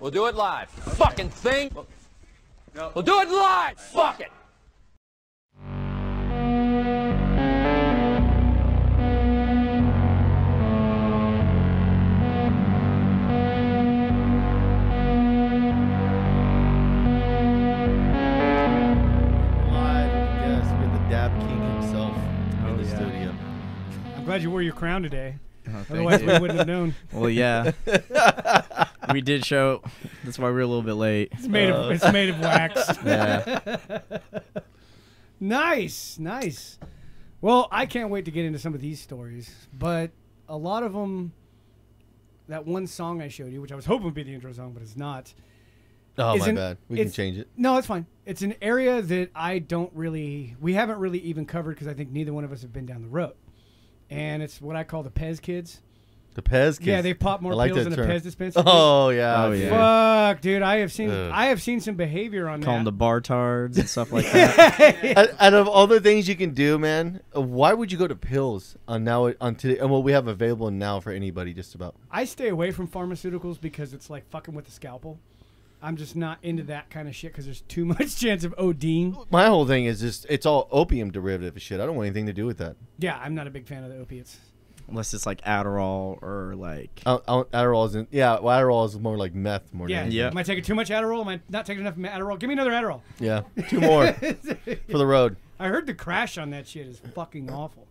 We'll do it live. Fucking thing. We'll do it live. Fuck it. Live guest with the Dab King himself in the yeah. studio. I'm glad you wore your crown today. Thank Oh, Otherwise, we you. wouldn't have known. Well, yeah, we did show. That's why we we're a little bit late. It's made of Uh. it's made of wax. Yeah, nice, nice. Well, I can't wait to get into some of these stories, but a lot of them. That one song I showed you, which I was hoping would be the intro song, but it's not. Oh my Isn't- bad. We can it's- change it. No, it's fine. It's an area that I don't really, we haven't really even covered because I think neither one of us have been down the road. And it's what I call the Pez kids. The Pez kids. Yeah, they pop more I like pills that than a term. Pez dispenser. Oh yeah. Oh, dude. yeah. Fuck, dude, I have seen, Ugh. I have seen some behavior on call them that. the bartards and stuff like that. Out- Out of all the things you can do, man, uh, why would you go to pills on now on today and what we have available now for anybody just about? I stay away from pharmaceuticals because it's like fucking with the scalpel. I'm just not into that kind of shit because there's too much chance of ODing. My whole thing is just it's all opium derivative shit. I don't want anything to do with that. Yeah, I'm not a big fan of the opiates. Unless it's like Adderall or like. Uh, uh, Adderall isn't. Yeah, well, Adderall is more like meth more. Yeah, Than Yeah. Am I taking too much Adderall? Am I not taking enough Adderall? Give me another Adderall. yeah. Two more for the road. I heard the crash on that shit is fucking awful.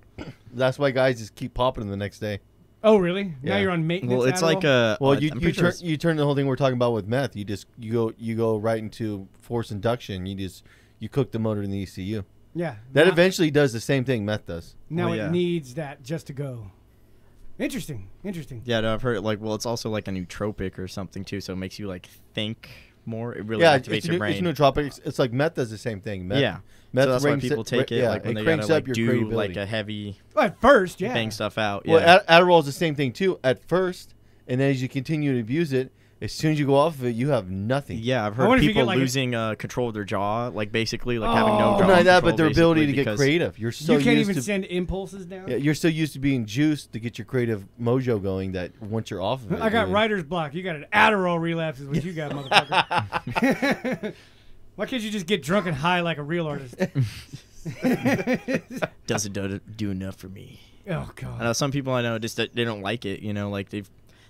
That's why guys just keep popping them the next day. Oh really? Now Yeah. you're on maintenance. Well, it's like Adderall? a. Well, uh, you I'm you pretty sure turn it's- you turn the whole thing we're talking about with meth. You just you go you go right into forced induction. You just you cook the motor in the ECU. yeah. That now, eventually does the same thing meth does. now Oh, yeah. it needs that just to go. Interesting. Interesting. Yeah, no, I've heard like. Well, it's also like a nootropic or something too, so it makes you like think more. It really yeah, it's, activates it's, your new- it's brain. nootropic. It's, it's like meth does the same thing. Meth, yeah, meth so that's why brings people it- take it yeah, like when it they cranks gotta up like your do credibility. like a heavy Well, at first, yeah. bang stuff out. Yeah, Well, Ad- Adderall is the same thing too at first, and then as you continue to abuse it, as soon as you go off of it, you have nothing. yeah. I've I heard wonder if you people get, like, a- losing uh, control of their jaw, like basically like having no Oh. jaw Not only that, control, but their ability to basically, get because- creative. You're so you can't used even to, send impulses down. yeah, you're so used to being juiced to get your creative mojo going that once you're off of it, I got you're- writer's block. You got an Adderall relapse is what you got, motherfucker. Why can't you just get drunk and high like a real artist? Doesn't do, do enough for me. oh I god. know some people I know just that they don't like it. You know, like they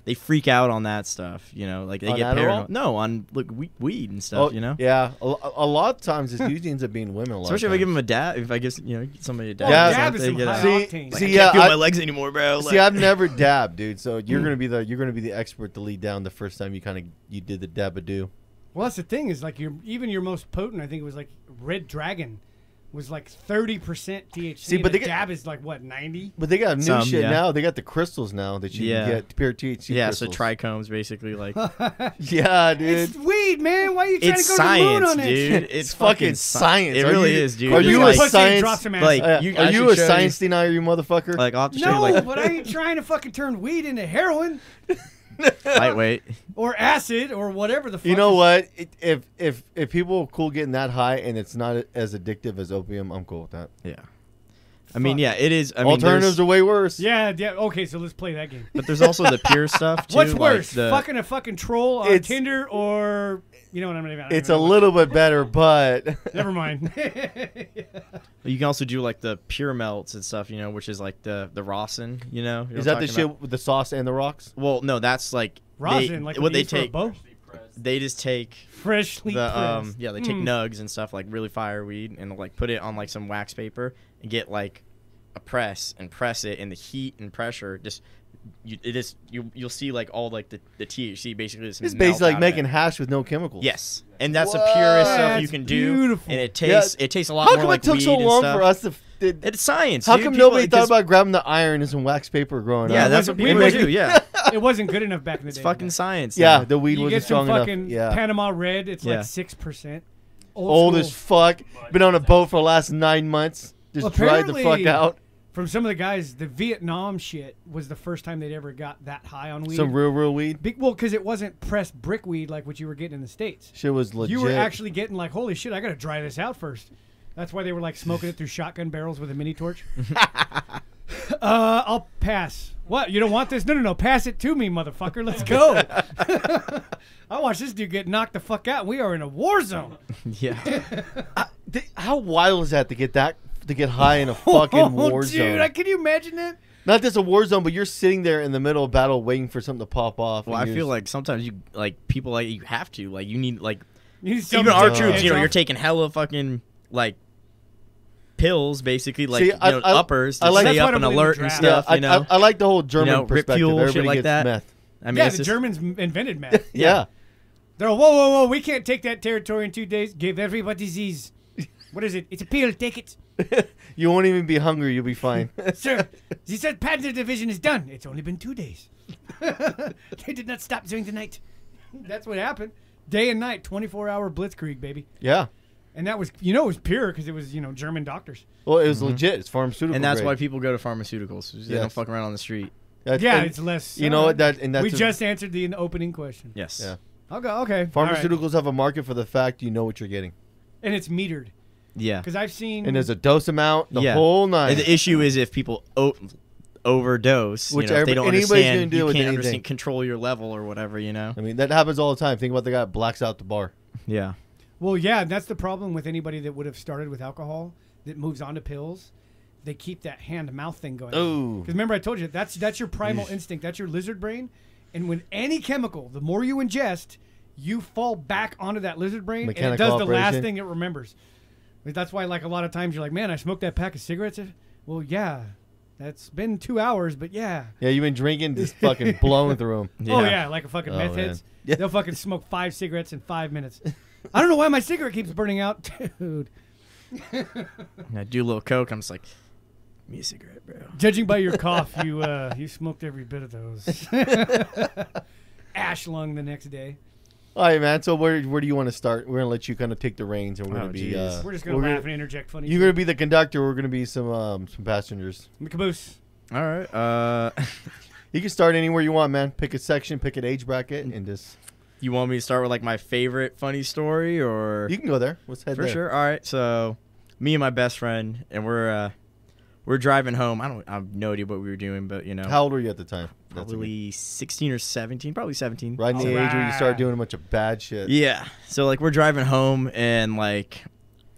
they freak out on that stuff. You know, like they On get Adderall? paranoid. No, on look we- weed and stuff. you know, Oh, Yeah, a, lo- a lot of times it usually ends up being women. A lot especially if I of give times. them a dab. If I give you know somebody a dab, Well, or dab something, is some they get high out. See, octane. Like, see, I yeah, can't feel I- my Mm. legs anymore, bro. See, like- I've never dabbed, dude. So you're gonna be the you're gonna be the expert to lead down the first time you kind of you did the dabadoo. Well, that's the thing is like your even your most potent. I think it was like Red Dragon was like thirty percent THC. See, but and they a get- dab is like what ninety. But they got new Some, shit yeah. now. They got the crystals now that you Yeah. can get pure THC. yeah, so crystals. trichomes basically like Yeah, dude. It's weed, man. Why are you trying it's to go to the moon science, on dude. it? It's, fucking sci- science. It Are really you- is, dude. are It's you a like, science- Drop some acid. like- Uh, You- I are you should a show you- science denier, you motherfucker? like off the show, no, like but I ain't trying to fucking turn weed into heroin lightweight. or acid or whatever the fuck. you know is- what? It, if if if people are cool getting that high and it's not as addictive as opium, I'm cool with that. Yeah, I mean, Fuck. yeah, it is. I mean, there's- Alternatives are way worse. Yeah, yeah. Okay, so let's play that game. But there's also the pure stuff too. What's like worse, the- fucking a fucking troll on It's- Tinder or you know what I'm gonna? It's a little bit better, but Never mind. You can also do like the pure melts and stuff, you know, which is like the the rosin, you know. you know is what that I'm the talking shit about? with the sauce and the rocks? Well, no, that's like they- Rosin, like what they use for a take. bow? They just take freshly the pressed. um yeah they take Mm. nugs and stuff like really fireweed and like put it on like some wax paper and get like a press and press it and the heat and pressure just you it is you you'll see like all like the, the THC basically just It's melt basically out like of making it. hash with no chemicals. yes and that's the purest stuff you That's can do beautiful. and it Yeah. tastes it tastes a lot How more come it like took so weed and long stuff. for us to? f- did- It's science. how dude. come People- nobody thought 'cause- about grabbing the iron and some wax paper growing Yeah, up? that's It what wasn't- people we do. wasn't- Yeah, It wasn't good enough back in the it's day. fucking science. yeah. now. The weed You wasn't get strong some enough. fucking Yeah. Panama Red. It's Yeah. like six percent. old as school. fuck. Been on a boat for the last nine months. Just dried the Apparently- fuck out. From some of the guys, the Vietnam shit was the first time they'd ever got that high on weed. Some real, real weed. Be- well, because it wasn't pressed brick weed like what you were getting in the states. Shit was legit. You were actually getting like, holy shit, I gotta dry this out first. That's why they were like smoking it through shotgun barrels with a mini torch. Uh, I'll pass. What? You don't want this? No, no, no. Pass it to me, motherfucker. Let's go. I watched this dude get knocked the fuck out. We are in a war zone. Yeah. Th- How wild was that to get that to get high in a fucking war Oh, dude, zone? I, can you imagine that? Not just a war zone, but you're sitting there in the middle of battle waiting for something to pop off. Well, I and you're feel just- like sometimes you like people like you have to like you need like You just even jump our to- troops. You know, hands you're off. taking hella fucking like pills, basically like See, you know, I- I- uppers to I like- stay That's why I up don't and believe in alert and draft. stuff. I, you know, I, I like the whole German know, rip perspective. fuel, shit Everybody like gets that. meth. I mean, yeah, it's the just, Germans m- invented meth. Yeah. They're all, whoa, whoa, whoa. We can't take that territory in two days. Give everybody disease. What is it? It's a pill. Take it. you won't even be hungry. You'll be fine. Sir, he said Panzer Division is done. It's only been two days. they did not stop during the night. That's what happened. Day and night, 24 hour blitzkrieg, baby. yeah. And that was, you know, it was pure because it was, you know, German doctors. Well, it was legit. It's pharmaceutical. Mm-hmm. and that's why grade. people go to pharmaceuticals. They don't Yes. fuck around on the street. That's- Yeah, and it's less. You know uh, what? That and that's we a- just answered the opening question. Yes. Yeah. Okay, okay. all right. pharmaceuticals have a market for the fact you know what you're getting, And it's metered Yeah. because I've seen. and there's a dose amount the whole nine. And the issue is if people o- overdose, Which you know, if every- they don't anybody's gonna understand, do you with can't anything. understand control your level or whatever, you know. I mean, that happens all the time. Think about the guy that blacks out the bar. Yeah. Well, yeah, that's the problem with anybody that would have started with alcohol that moves on to pills. They keep that hand mouth thing going. Ooh. Because remember, I told you that's that's your primal instinct. That's your lizard brain. And when any chemical, the more you ingest, you fall back onto that lizard brain, and it Mechanical does the last operation. thing it remembers. Like, That's why, like a lot of times, you're like, "Man, I smoked that pack of cigarettes." Well, yeah, that's been two hours, but yeah. Yeah, you've been drinking, just fucking blowing through him. Oh yeah, like a fucking Oh, meth man. heads. They'll fucking smoke five cigarettes in five minutes. I don't know why my cigarette keeps burning out, dude. And I do a little coke. I'm just like, me a cigarette, bro. Judging by your cough, you uh, you smoked every bit of those. Ash lung the next day. All right, man. So where where do you want to start? We're gonna let you kind of take the reins, and we're Oh, gonna be geez. uh, We're just gonna we're laugh gonna- and interject funny. You're gonna be the conductor. We're gonna be some um, some passengers. shit. caboose. All right. Uh, You can start anywhere you want, man. Pick a section, pick an age bracket, and just you want me to start with like my favorite funny story or you can go there. Let's head for there. sure? All right. So, me and my best friend, and we're uh, we're driving home. I don't, I have no idea what we were doing, but you know, How old were you at the time? That's a good- probably 16 or 17, probably 17. right in the age where you start doing a bunch of bad shit. Yeah. So like we're driving home and like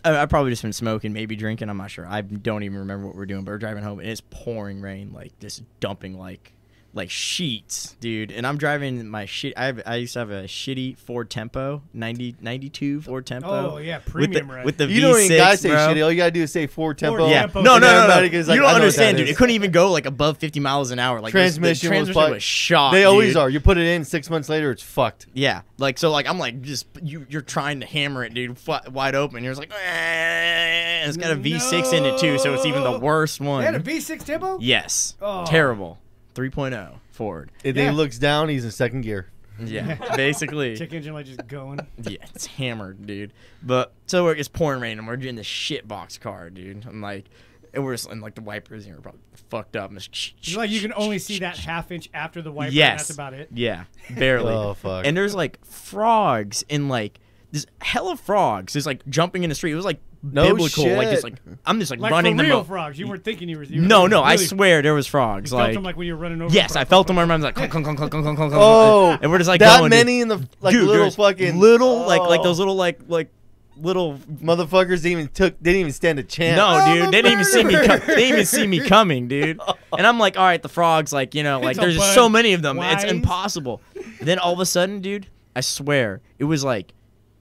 I, I probably just been smoking, maybe drinking. I'm not sure. I don't even remember what we're doing, but we're driving home and it's pouring rain, like just dumping like like sheets, dude. And I'm driving my shit. I have, I used to have a shitty Ford Tempo, 90, 92 Ford Tempo. Oh yeah, with the, premium right. with the You V6, don't even gotta say bro. shitty. All you gotta do is say four tempo. Yeah. Tempo. No, no, And no, no. everybody You gets like, don't "I know what understand, that dude. is." It couldn't even go like above 50 miles an hour. Like this- Transmission the was transmission fucked. was, shot. They always dude. are. You put it in six months later, it's fucked. Yeah, like so, like I'm like just you. You're trying to hammer it, dude, f- wide open. You're just like, "Eh," and it's got a V6 in it too, so it's even the No. worst one. They had a V6 turbo. yes, Oh. terrible. 3.0 Ford. And Yeah. then he looks down. He's in second gear. Yeah, basically. Check engine light just going. yeah, it's hammered, dude. But so we're, it's pouring rain, and we're in the shit box car, dude. I'm like, and we're just and like the wipers, and we're probably fucked up. And it's It's like you can only see that half inch after the wiper. Yes. And that's about it. Yeah, barely. Oh, fuck. And there's like frogs in like this hella frogs just like jumping in the street. It was like biblical. Like shit. just like I'm just like, Like running for them. real up. frogs. You weren't thinking you were. You were No, no, I really- swear there was frogs. You felt like, them like when you were running over. yes, I felt them. I remember like clunk, clunk, clunk, clunk, clunk, clunk, clunk, Oh, and we're just like that going, dude. many in the like Dude, little there's fucking little like like Oh. those little like like little. motherfuckers. Didn't even took. Didn't even stand a chance. No, I'm dude, a they didn't even see me. murderer. Com- they didn't even see me coming, dude. Oh. And I'm like, all right, the frogs, like you know, like a there's just bunch. so many of them, it's Wise. impossible. then all of a sudden, dude, I swear, it was like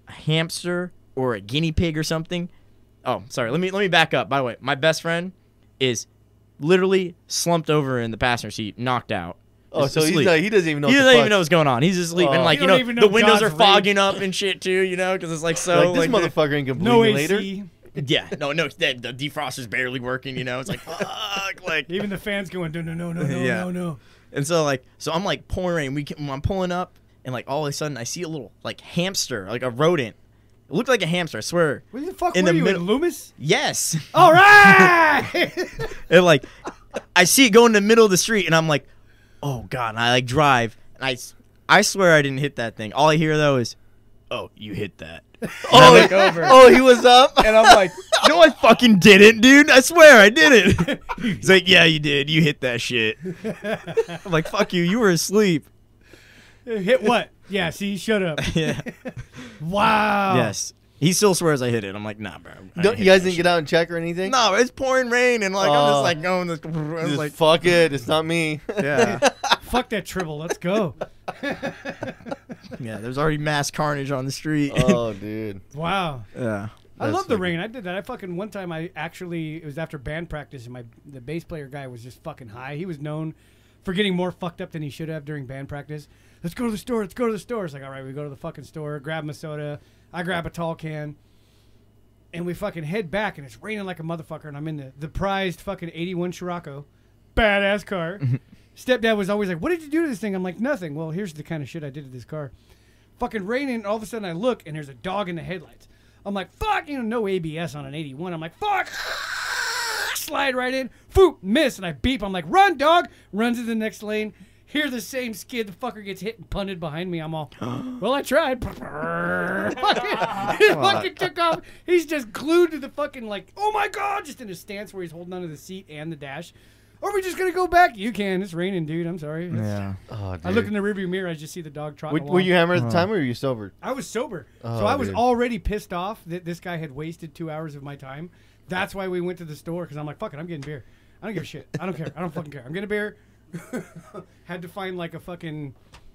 a hamster or a guinea pig or something. Oh, sorry. Let me let me back up. By the way, my best friend is literally slumped over in the passenger seat, knocked out. Oh, Just so he's asleep. not, he doesn't even know. he what the doesn't fuck. even know what's going on. He's asleep, Oh. and like You you don't know, even the know windows God's are rage. fogging up and shit too. You know, because it's like so. Like this like, motherfucker ain't gonna bleed No me AC. later. yeah, no, no, the, the defrost is barely working. You know, it's like fuck, like Even the fans going no no no no no Yeah. no no. and so like so I'm like pouring rain. We can, I'm pulling up and like all of a sudden I see a little like hamster, like a rodent. It looked like a hamster, I swear. What the fuck In were the you middle- in Loomis? Yes, All right. and like I see it go in the middle of the street, and I'm like, oh god. And I like drive, and I s- I swear I didn't hit that thing. All I hear though is. oh, you hit that. Oh, look over. oh, he was up. And I'm like, no, I fucking didn't, dude. I swear I did it. He's like, yeah, you did. You hit that shit. I'm like, fuck you. You were asleep. Hit what? Yeah, see, shut up. Yeah. Wow. Yes. He still swears I hit it. I'm like, nah, bro. I Oh. Don't, hit you guys that didn't shit." get out and check or anything? No, it's pouring rain, and like I'm Oh. just like going this. I was Just like, fuck it. It's not me. yeah, Fuck that triple. Let's go. yeah. There's already mass carnage on the street. oh, dude. Wow. yeah. I That's love the fucking- rain. I did that. I fucking one time. I actually it was after band practice, and my the bass player guy was just fucking high. He was known for getting more fucked up than he should have during band practice. Let's go to the store. Let's go to the store. It's like all right, we go to the fucking store. Grab him a soda. I grab a tall can, and we fucking head back, and it's raining like a motherfucker. And I'm in the the prized fucking '81 Scirocco, badass car. Stepdad was always like, "What did you do to this thing?" I'm like, "Nothing." Well, here's the kind of shit I did to this car fucking raining. And all of a sudden, I look and there's a dog in the headlights. I'm like, fuck, you know, no ABS on an 81. I'm like, fuck. Slide right in, foop, miss, and I beep. I'm like, run, dog. Runs into the next lane. Hear the same skid. The fucker gets hit and punted behind me. I'm all, well, I tried. fucking, he fucking took off. He's just glued to the fucking, like, oh my God, just in a stance where he's holding onto the seat and the dash. Are we just going to go back? You can. It's raining, dude. I'm sorry. It's- Yeah. Oh, dude. I look in the rearview mirror. I just see the dog trotting were, along. were you hammered at the time or were you sober? I was sober. Oh, so I was dude. already pissed off that this guy had wasted two hours of my time. That's why we went to the store because I'm like, fuck it, I'm getting beer. I don't give a shit. I don't care. I don't fucking care. I'm getting a beer. Had to find like a fucking,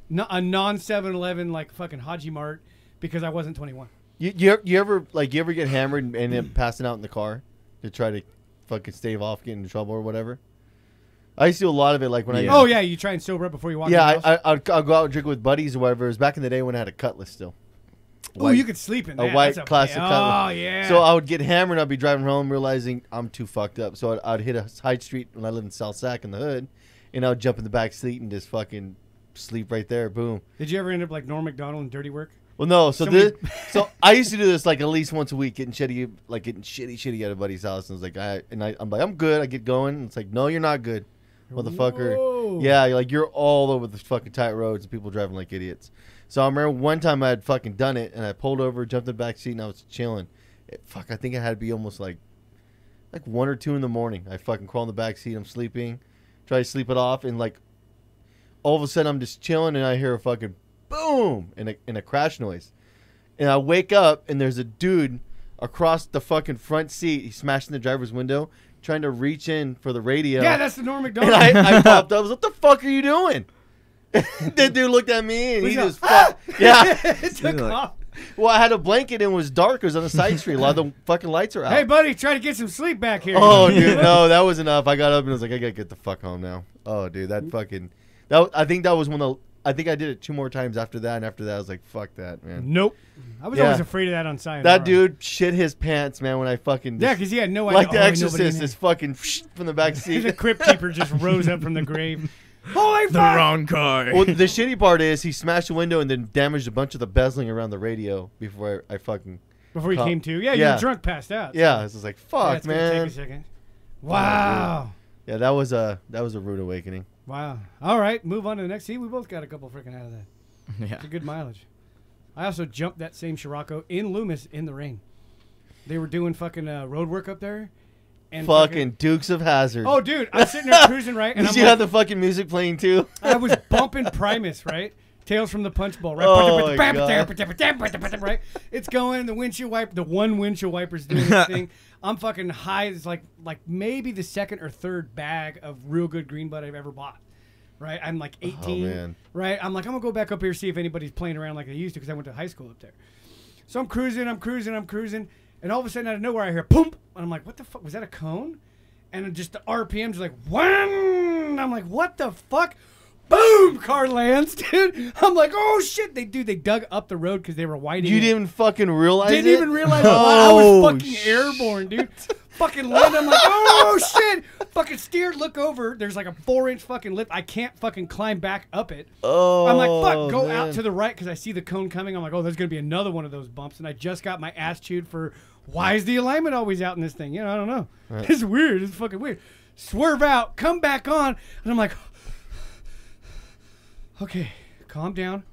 no- a non 7 Eleven, like fucking Haji Mart because I wasn't 21. You, you you ever like you ever get hammered and end up passing out in the car to try to fucking stave off getting in trouble or whatever? I used to do a lot of it like when I Yeah. Oh, yeah, you try and sober up before you walk yeah in the house. I, I I'd, I'd go out and drink with buddies or whatever. It was back in the day when I had a cutlass still. oh, you could sleep in a that. white That's classic Oh, Cutlass. yeah. So I would get hammered. and I'd be driving home, realizing I'm too fucked up. So I'd, I'd hit a side street when I lived in South Sac in the hood, and I would jump in the back seat and just fucking sleep right there. Boom. Did you ever end up like Norm McDonald in Dirty Work? Well, no. So Somebody- this, so I used to do this like at least once a week, getting shitty, like getting shitty, shitty at a buddy's house, and I was like, I and I, I'm like, I'm good. I get going. And it's like, no, you're not good, motherfucker. Whoa. Yeah, you're like you're all over the fucking tight roads and people driving like idiots. So I remember one time I had fucking done it, and I pulled over, jumped in the back seat, and I was chilling. It- fuck, I think it had to be almost like, like one or two in the morning. I fucking crawl in the back seat. I'm sleeping, try to sleep it off, and like all of a sudden I'm just chilling and I hear a fucking boom and a, and a crash noise. And I wake up and there's a dude across the fucking front seat. He's smashing the driver's window, trying to reach in for the radio. Yeah, that's the Norm McDonald. and I, I popped up. I was like, "What the fuck are you doing?" that dude looked at me and he He's like, "Ah!" just fuck. yeah. it took You're like- off. Well, I had a blanket and it was dark. It was on the side street. A lot of the fucking lights are out. Hey, buddy, try to get some sleep back here. Oh, dude, no, that was enough. I got up and I was like, I gotta get the fuck home now. Oh, dude, that fucking. That wa- I think that was one of. the- I think I did it two more times after that, and after that, I was like, fuck that, man. Nope. I was Yeah. always afraid of that on science. That dude shit his pants, man. When I fucking Yeah, because he had no idea. like the oh, nobody Exorcist knew. is fucking from the back the seat. crypt keeper just rose up from the grave. Holy fuck! The wrong car. well, the shitty part is he smashed the window and then damaged a bunch of the bezeling around the radio before I, I fucking Before he Cop. came to, yeah, you Yeah. were drunk, passed out. yeah. I was just like, Yeah, fuck, it's gonna man. Take a second. Wow. Yeah, that was a that was a rude awakening. Wow. All right, move on to the next. See, we both got a couple freaking out of that. yeah. It's a good mileage. I also jumped that same Scirocco in Loomis in the rain. They were doing fucking uh, road work up there, and Fucking Dukes of Hazard. Oh, dude, I'm sitting there cruising right, and did I'm you like, have the fucking music playing too? I was bumping Primus, right? Tails from the Punch Bowl, right? Oh, my God. right? It's going. The windshield wiper, the one windshield wiper's doing this thing. I'm fucking high. It's like like maybe the second or third bag of real good green bud I've ever bought. Right? I'm like 18. man. Right? I'm like I'm gonna go back up here see if anybody's playing around like they used to because I went to high school up there. So I'm cruising, I'm cruising, I'm cruising, and all of a sudden out of nowhere I hear boom, and I'm like, what the fuck was that a cone? And then just the RPMs are like wham. I'm like, what the fuck? Boom! Car lands, dude. I'm like, oh shit! They dude, they dug up the road because they were widening. You it. didn't fucking realize Didn't it? Oh, even realize I was fucking airborne, dude. fucking land. I'm like, oh shit! Fucking steered. Look over. There's like a four inch fucking lift. I can't fucking climb back up it. Oh, I'm like, fuck, go out to the right because I see the cone coming. I'm like, oh, there's gonna be another one of those bumps, and I just got my ass chewed for why is the alignment always out in this thing? You know, I don't know. It's weird. It's fucking weird. Swerve out, come back on, and I'm like, okay, calm down.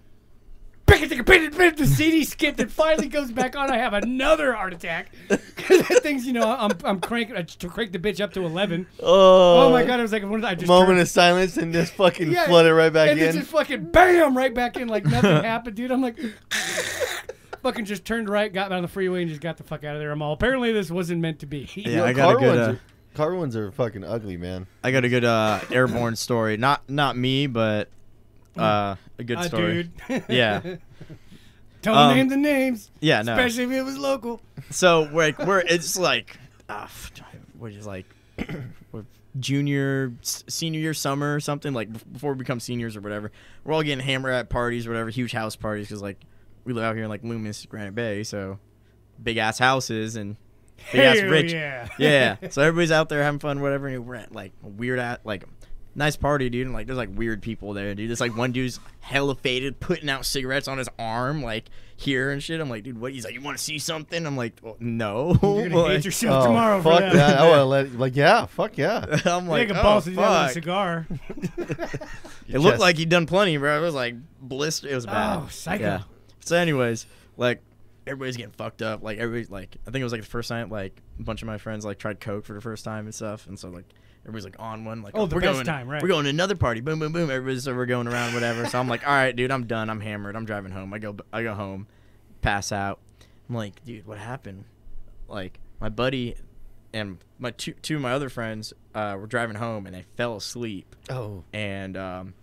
Pick the CD skipped and finally goes back on. I have another heart attack because that thing's you know I'm I'm cranking I just cranked the bitch up to eleven. Oh, Oh my god, it was like one of the, I just Moment turned- of silence and just fucking Yeah, flood it right back and in. then just fucking bam right back in like nothing happened, dude. I'm like. Fucking just turned right, got on the freeway, and just got the fuck out of there. I'm all. Apparently, this wasn't meant to be. Yeah, Yo, I got a car good. ones Uh, are- car ones are fucking ugly, man. I got a good uh, airborne story. Not not me, but Mm. uh, a good Uh, story. dude. Yeah. Don't Um, name the names. Yeah, no. Especially if it was local. So we're like we're it's like uh, we're just like we're junior s- senior year summer or something like bef- before we become seniors or whatever. We're all getting hammered at parties, or whatever, huge house parties because like we live out here in like Loomis, Granite Bay, so big ass houses and big ass Hell rich. yeah. yeah. So everybody's out there having fun, whatever. And we're at like a weird at like nice party, dude. And like there's like weird people there, dude. There's like one dude's hella faded, putting out cigarettes on his arm, like here and shit. I'm like, dude, what? He's like, you want to see something? I'm like, well, no. You're gonna hate Like, yourself Oh, tomorrow fuck for that. that. I want to let like yeah, fuck yeah. I'm like, Take a oh, boss and that with a fuck. cigar. It looked Yes. like he'd done plenty, bro. It was like blister. It was bad. Oh, psycho. Yeah. So, anyways, like everybody's getting fucked up. Like everybody's like, I think it was like the first time, like a bunch of my friends like tried coke for the first time and stuff, and so like everybody's like on one. Like, Oh, the we're best going, time, right. We're going to another party. Boom, boom, boom. Everybody's so we're going around, whatever. so I'm like, all right, dude, I'm done. I'm hammered. I'm driving home. I go, I go home, pass out. I'm like, dude, what happened? Like my buddy and my two two of my other friends uh, were driving home and they fell asleep Oh, and um,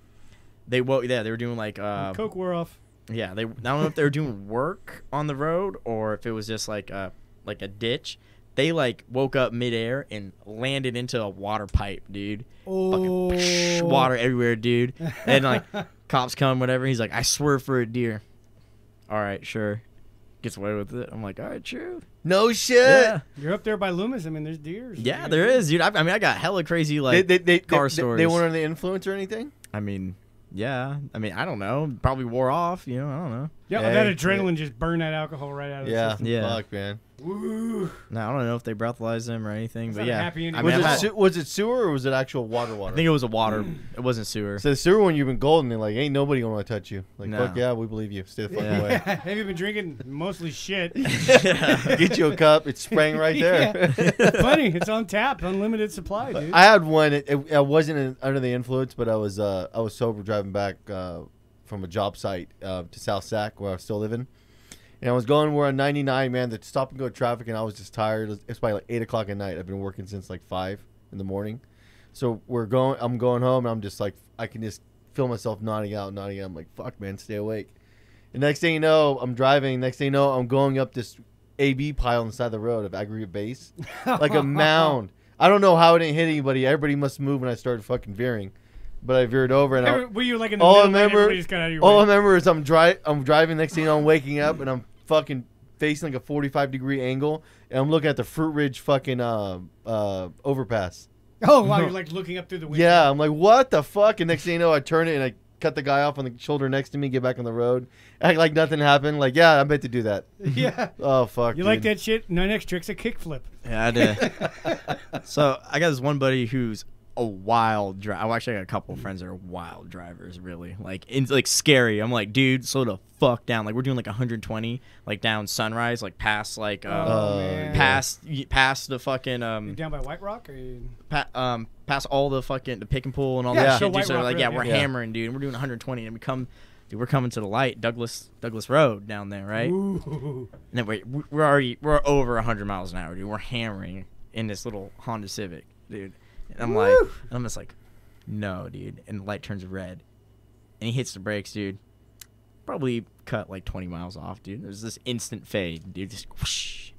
they woke. Yeah, they were doing like uh, Coke wore off. yeah. They I don't know if they were doing work on the road or if it was just like a like a ditch. They like woke up midair and landed into a water pipe, dude. Fucking psh, Oh. water everywhere, dude. And like cops come, whatever. He's like, I swear for a deer. All right, sure. Gets away with it. I'm like, all right, true. no shit. Yeah, You're up there by Loomis. I mean, there's deers. yeah, there is, dude. I, I mean, I got hella crazy like they, they, they, car they, stories. They weren't under the influence or anything. I mean, yeah. I mean, I don't know. Probably wore off. You know, I don't know. Yeah, Hey, that adrenaline just burned that alcohol right out of Yeah, the system. Yeah. Fuck, man. Woo. No, I don't know if they breathalyzed him or anything. It's but not a yeah, happy ending. I, was mean, I've it had- se- was it sewer or was it actual water water? I think it was a water. it wasn't sewer. so the sewer one you've been golden. They're like, ain't nobody gonna want to touch you. Like, No. fuck yeah, we believe you. Stay the fuck Yeah. away. Have you been drinking mostly shit? Get you a cup. It's spraying right there. Funny, it's on tap, unlimited supply, dude. I had one. It, it, I wasn't in, under the influence, but I was uh, I was sober driving back uh, from a job site uh, to South Sac where I was still living, and I was going we're on 99, man. The stop and go traffic, and I was just tired. It's it's probably like eight o'clock at night. I've been working since like five in the morning, so we're going. I'm going home, and I'm just like I can just feel myself nodding out, nodding out. I'm like, fuck, man, stay awake. The next thing you know, I'm driving. Next thing you know, I'm going up this AB pile on the side of the road of aggregate base, like a mound. I don't know how it didn't hit anybody. Everybody must move when I started fucking veering, but I veered over and I, Every- Were you like in the all I middle and remember, everybody just got out of your all I way? remember is I'm dri- I'm driving. Next thing you know, I'm waking up and I'm fucking facing like a 45 degree angle, and I'm looking at the Fruit Ridge fucking uh, uh, overpass. Oh wow, you're like looking up through the window. Yeah, I'm like, what the fuck? And next thing you know, I turn it and I cut the guy off on the shoulder next to me, get back on the road, act like nothing happened. Like, yeah, I'm meant to do that. yeah. Oh fuck. You like dude. that shit? No, next trick's a kickflip. yeah, I did. so I got this one buddy who's a wild driver. Well, actually, I got a couple of friends that are wild drivers, really. Like, it's like scary. I'm like, dude, slow the fuck down. Like, we're doing like 120, like down Sunrise, like past like uh, Oh, man. past past the fucking um Down by White Rock, or you... pa- um, past all the fucking the pick and pull and all Yeah, that so shit. Dude, White so Rock like, yeah, Road, we're yeah. hammering, dude. And we're doing 120, and we come, dude, we're coming to the light, Douglas Douglas Road down there, right? Ooh. And then we we're already we're over 100 miles an hour, dude. We're hammering in this little Honda Civic, dude. And I'm like, and I'm just like, no, dude. And the light turns red, and he hits the brakes, dude. Probably cut like 20 miles off, dude. There's this instant fade, dude. Just whoosh.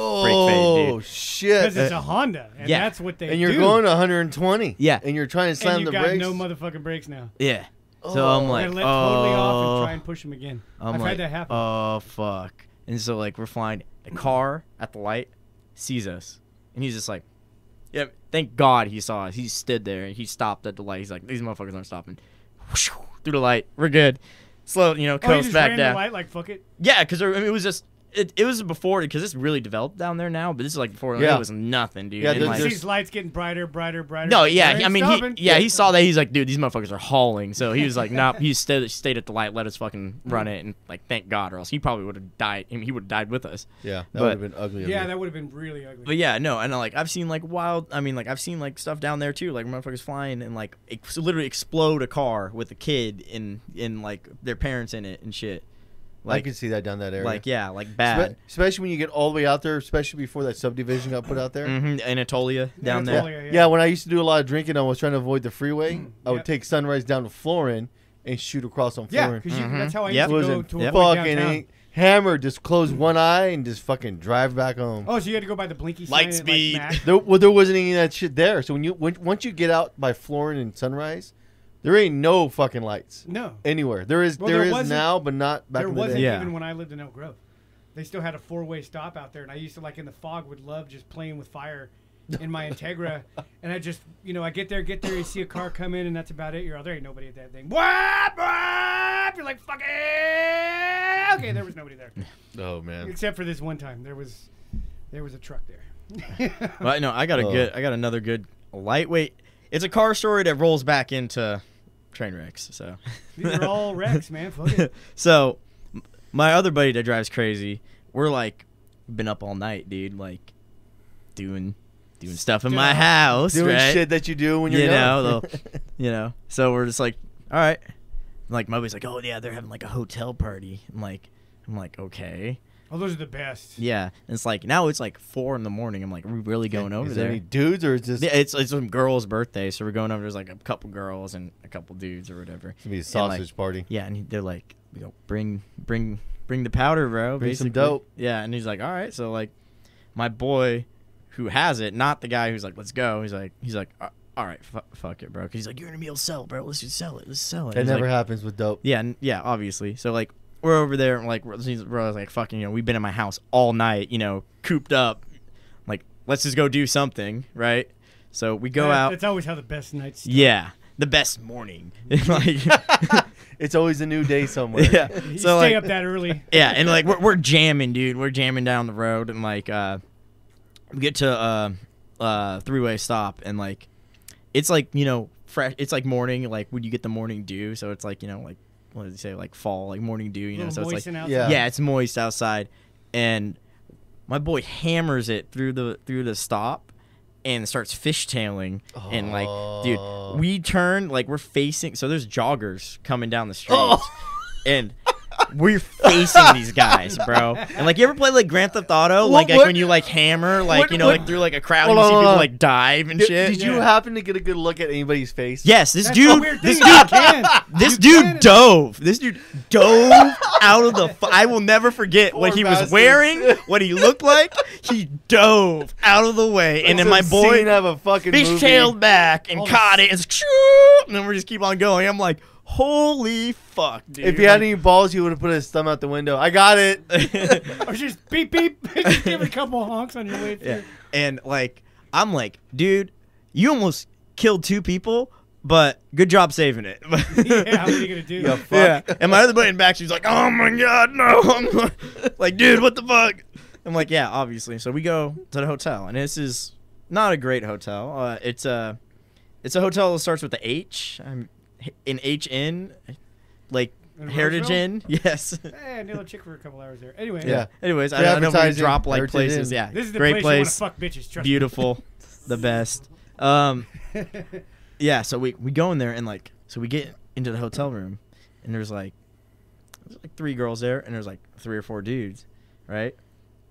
fade, Oh dude. shit. Because it's a Honda, and yeah. that's what they uh, and you're do. going 120. Yeah. And you're trying to and slam you the got brakes. no motherfucking brakes now. Yeah. So I'm Oh. like, Gotta let totally off oh. and try and push them again. I'm have like, had that happen. oh fuck! And so like we're flying, the car at the light sees us, and he's just like, "Yep, thank God he saw us. He stood there and he stopped at the light. He's like, these motherfuckers aren't stopping." Whoosh, through the light, we're good. Slow, you know, oh, you comes just back ran the down. light like fuck it. Yeah, because it was just it, it was before because it's really developed down there now, but this is like before Yeah. it was nothing, dude. Yeah, And, there's- like- there's- These lights getting brighter, brighter, brighter. no, yeah, Ain't I mean, stopping. he, yeah, he saw that. He's like, dude, these motherfuckers are hauling. So he was like, nah, he stayed, stayed at the light, let us fucking run it, and like, thank God, or else he probably would have died. I mean, he would have died with us. Yeah, that But- would have been ugly. of Yeah, me. that would have been really ugly. But yeah, no, and uh, like I've seen like wild. I mean, like I've seen like stuff down there too, like motherfuckers flying and like ex- literally explode a car with a kid and and like their parents in it and shit. I Like can see that down that area. like yeah, like Spe- bad. especially when you get all the way out there, especially before that subdivision got put out there. Mhm, Anatolia down there. Anatolia, Yeah. Oh, yeah. Mm, when I used to do a lot of drinking, I was trying to avoid the freeway. I would Yep. take Sunrise down to Florin and shoot across on Yeah, Florin. because that's how I Mm-hmm. used to Yep. go Wasn't to Yep. avoid fucking downtown. ain't hammered. Just close one eye and just fucking drive back home. Oh, so you had to go by the blinky sign and, Light like, speed. match? There, well, there wasn't any of that shit there. So when you when, once you get out by Florin and Sunrise, there ain't no fucking lights No, anywhere. There is Well, there there is wasn't- now, but not back there in the wasn't day. Yeah. even when I lived in Elk Grove. They still had a four-way stop out there, and I used to like in the fog would love just playing with fire in my Integra, and I just you know I get there, get there, you see a car come in, and that's about it. You're out there ain't nobody at that thing. Whap, whap! You're like fuck it. Okay, there was nobody there Oh man, except for this one time. There was there was a truck there. But no, I got a Oh. good. I got another good lightweight. It's a car story that rolls back into train wrecks. So These are all wrecks, man. Fuck it. so m- my other buddy that drives crazy, we're like been up all night, dude, like doing doing stuff in my Stuff. house, doing right? shit that you do when you're You young. know, though. You know. So we're just like, all right. Like my buddy's like, "Oh yeah, they're having like a hotel party." I'm like I'm like, "Okay." Oh, those are the best. Yeah. And it's like now it's like 4 in the morning. I'm like, "Are we really going over is there?" there any dudes or is this Yeah, it's it's some girl's birthday, so we're going over. There's like a couple girls and a couple dudes or whatever. gonna be a And, like, sausage party? yeah, and he- they're like, you know, bring bring bring the powder, bro. Bring some basically. dope. Yeah, and he's like, all right, so like, my boy, who has it, not the guy who's like, let's go. He's like, he's like, "A- all right, fu fuck it, bro. 'Cause he's like, you're gonna be able to sell, bro. Let's just sell it. Let's sell it. That He's never like, happens with dope. yeah, n- yeah, obviously. So like we're over there, and, like we're, he's- we're always, like fucking, you know, we've been in my house all night, you know, cooped up. Like let's just go do something, right? So we go That- out. That's always how the best nights. yeah, the best morning. like It's always a new day somewhere. yeah. You So stay like up that early. yeah, and like we're we're jamming, dude. We're jamming down the road, and like uh, we get to uh, uh, three way stop, and like it's like you know fresh. It's like morning, like when you get the morning dew, so it's like you know like what did they say like fall, like morning dew, you know. Little So it's moisten like out. Yeah. yeah, it's moist outside, and my boy hammers it through the through the stop. And starts fishtailing, and like, Oh. dude, we turn like we're facing. So there's joggers coming down the street, Oh. and we're facing these guys, bro. And like, you ever play like Grand Theft Auto? What- like, like what- when you like hammer, like what- you know, what- like through like a crowd, Hold and you on, see hold people on. like dive and Did, shit. did you Yeah. happen to get a good look at anybody's face? Yes, this That's the dude, weird this thing, you dude, can. this You dude can. dove. This dude dove out of the. Fu- I will never forget what Poor he bastard. was wearing, what he looked like. He dove out of the way, and then my boy did have a fucking movie. fishtailed back and All the- caught it, and, it's like, and then we just keep on going. I'm like, holy fuck, dude! If you had Like- any balls, you would have put his thumb out the window. I got it. Or just beep beep, just give it a couple honks on your way through. Yeah. And like, I'm like, dude, you almost killed two people, but good job saving it. Yeah, what are you gonna do? Yeah, fuck. Yeah. And my other buddy in back, she's like, oh my god, no. I'm like- like, dude, what the fuck? I'm like, yeah, obviously. So we go to the hotel, and this is not a great hotel. Uh, it's a, it's a hotel that starts with the H. I'm in H N, like In Heritage Roseville? Inn. Yes. Eh, I knew a chick for a couple hours there. Anyway, Yeah. Anyways, I For don't know if we advertising, drop like Heritage places. Inn. Yeah. this is the great place, you want to fuck bitches. Trust beautiful, the best. Um, yeah, so we we go in there and like so we get into the hotel room and there's like there's like three girls there and there's like three or four dudes, right?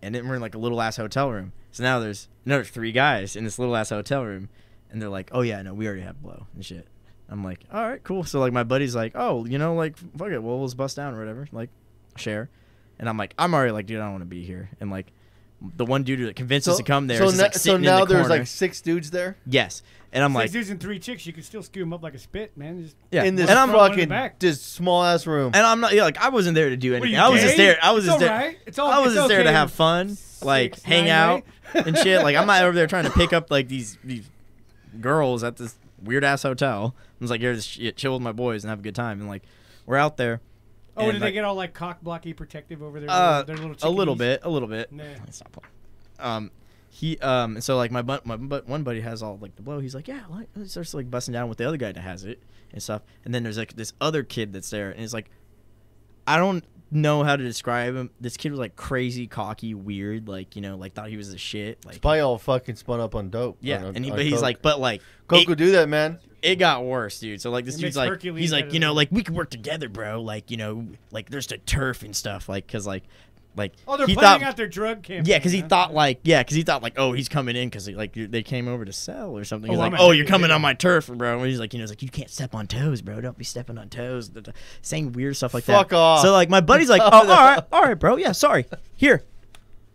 And then we're in like a little ass hotel room. So now there's another three guys in this little ass hotel room, and they're like, "Oh yeah, no, we already have blow and shit." I'm like, "All right, cool." So like my buddy's like, "Oh, you know, like fuck it, well we'll just bust down or whatever, like share." And I'm like, I'm already like, dude, I don't want to be here. And like, the one dude that convinced us to come there, So, is just, na- like, so sitting in now the there's corner. like six dudes there Yes. And I'm me. like, Six dudes and three chicks, you can still scoot them up like a spit, man. Just, yeah. in this and I'm front- one in the fucking back. this small ass room. and I'm not yeah, like I wasn't there to do What are anything. you, I was just gay? there. I was It's just all there. right. It's all. I was it's just there okay to have fun, like six, hang nine, out right? and shit. Like I'm not over there trying to pick up like these these girls at this weird ass hotel. I was like, here, just ch- chill with my boys and have a good time. And like we're out there. Oh, and, did they like, get all like cock blocky protective over their, uh, their little a little chickadees? bit, a little bit. Nah. It's not pulling. Um, he um, and so like my but my but one buddy has all like the blow. He's like, yeah, like, he starts like busting down with the other guy that has it and stuff. And then there's like this other kid that's there, and it's like, I don't know how to describe him. This kid was like crazy, cocky, weird, like you know, like thought he was the shit. Like Probably all fucking spun up on dope. yeah, on- on- and he, on but he's coke. like, but like Coke it- would do that, man. it got worse, dude. So like this It dude's makes like, Hercules he's like, better you know, than- like we could work together, bro. Like you know, like there's the turf and stuff, like because like, like Oh, they're he planning thought, out their drug campaign. yeah, because he huh? thought like, yeah, because he thought like, oh, he's coming in because like you- they came over to sell or something. Oh, He's I'm like, a- oh, you're coming on my turf, bro. And he's like, you know, he's like you can't step on toes, bro. Don't be stepping on toes. Da- da- Saying weird stuff like that. Fuck off. So like my buddy's like, oh, all right, all right, bro. Yeah, sorry. Here,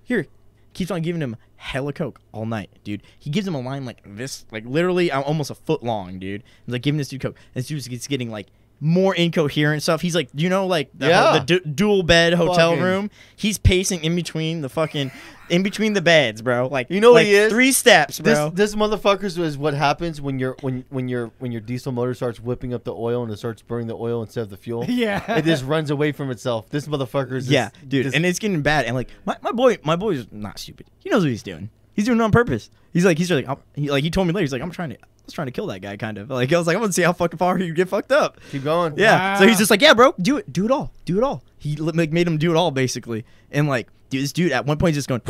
here. Keeps on giving him hella coke all night, dude. He gives him a line like this, like literally uh, almost a foot long, dude. He's like giving this dude coke. This dude's gets getting like more incoherent stuff. He's like, you know, like the, Yeah. the du- dual bed hotel Fucking- room. He's pacing in between the fucking, in between the beds, bro. Like You know what like he is? Three steps, bro. This this motherfuckers is what happens when your when when your when your diesel motor starts whipping up the oil and it starts burning the oil instead of the fuel. Yeah. it just runs away from itself. This motherfucker is yeah, just- dude, just- and it's getting bad. And like my, my boy, my boy's not stupid. He knows what he's doing. He's doing it on purpose. He's like he's like I'm, he like he told me later. He's like I'm trying to I was trying to kill that guy kind of. Like I was like I'm gonna see how fucking far you get fucked up. keep going. Yeah. Wow. So he's just like, yeah, bro, do it, do it all, do it all. He li- like made him do it all basically, and like, dude, this dude at one point is just going.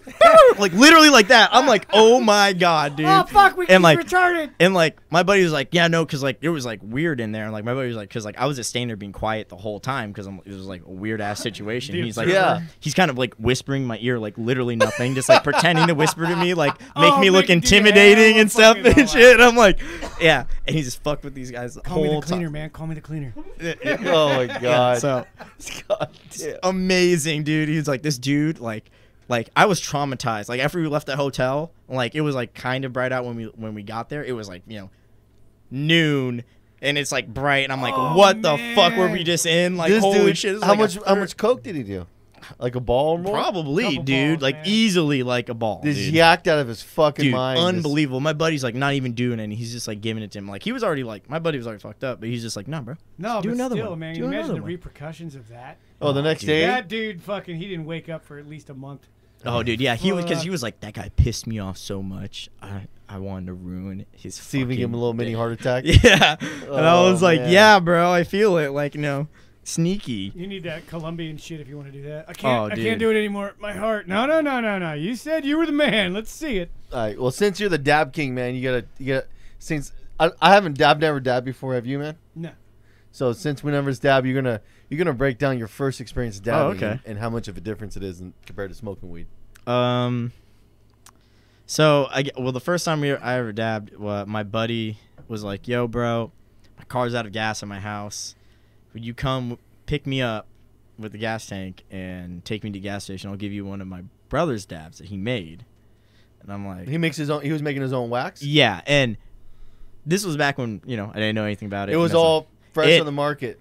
like literally like that. I'm like, oh my god, dude. Oh fuck, we and and like, retarded. and like my buddy was like, yeah, no, because like it was like weird in there. And like my buddy was like, because like I was just standing there being quiet the whole time because I'm it was like a weird ass situation. The he's like, observer. Yeah. he's kind of like whispering in my ear like literally nothing, just like pretending to whisper to me, like make Oh, me look make it do- intimidating yeah, and stuff fucking all and shit. I'm like, yeah, and he just fucked with these guys the Call me whole the cleaner, time. man. Call me the cleaner. Oh my god. So God damn. amazing, dude. He was like, this dude, like, like I was traumatized. Like after we left the hotel, like it was like kind of bright out when we when we got there. It was like you know noon, and it's like bright, and I'm like, Oh, what the fuck were man. we just in? Like this holy dude, shit! this is how like a much how third- much coke did he do? Like a ball or more? Probably, Couple dude. balls, like man. easily like a ball. This dude. yacked out of his fucking Dude, mind. This- unbelievable. My buddy's like not even doing any. He's just like giving it to him. Like he was already like my buddy was already fucked up, but he's just like, nah, bro. No, do but another still, one. man. Do you imagine another the one. repercussions of that. Oh, the next dude. day. That dude, fucking, he didn't wake up for at least a month. Oh, dude, yeah, he was because Fuck. he was like that guy pissed me off so much. I I wanted to ruin his. See if we fucking give him a little mini day." heart attack. Yeah, and I Oh, was like, man. yeah, bro, I feel it. Like, you know, sneaky. You need that Colombian shit if you want to do that. I can't. Oh, I can't dude. do it anymore. My heart. No, no, no, no, no. You said you were the man. Let's see it. All right. Well, since you're the dab king, man, you gotta you gotta since I, I haven't dabbed never dabbed before, have you, man? No. So since we never dab, you're gonna you're gonna break down your first experience dabbing Oh, okay. and, and how much of a difference it is in, compared to smoking weed. Um. So I g- well, the first time we I ever dabbed, uh, my buddy was like, "Yo, bro, my car's out of gas at my house. Would you come pick me up with the gas tank and take me to the gas station? I'll give you one of my brother's dabs that he made." And I'm like, He makes his own. He was making his own wax. Yeah, and this was back when you know I didn't know anything about it. It was and that's all fresh It- on the market.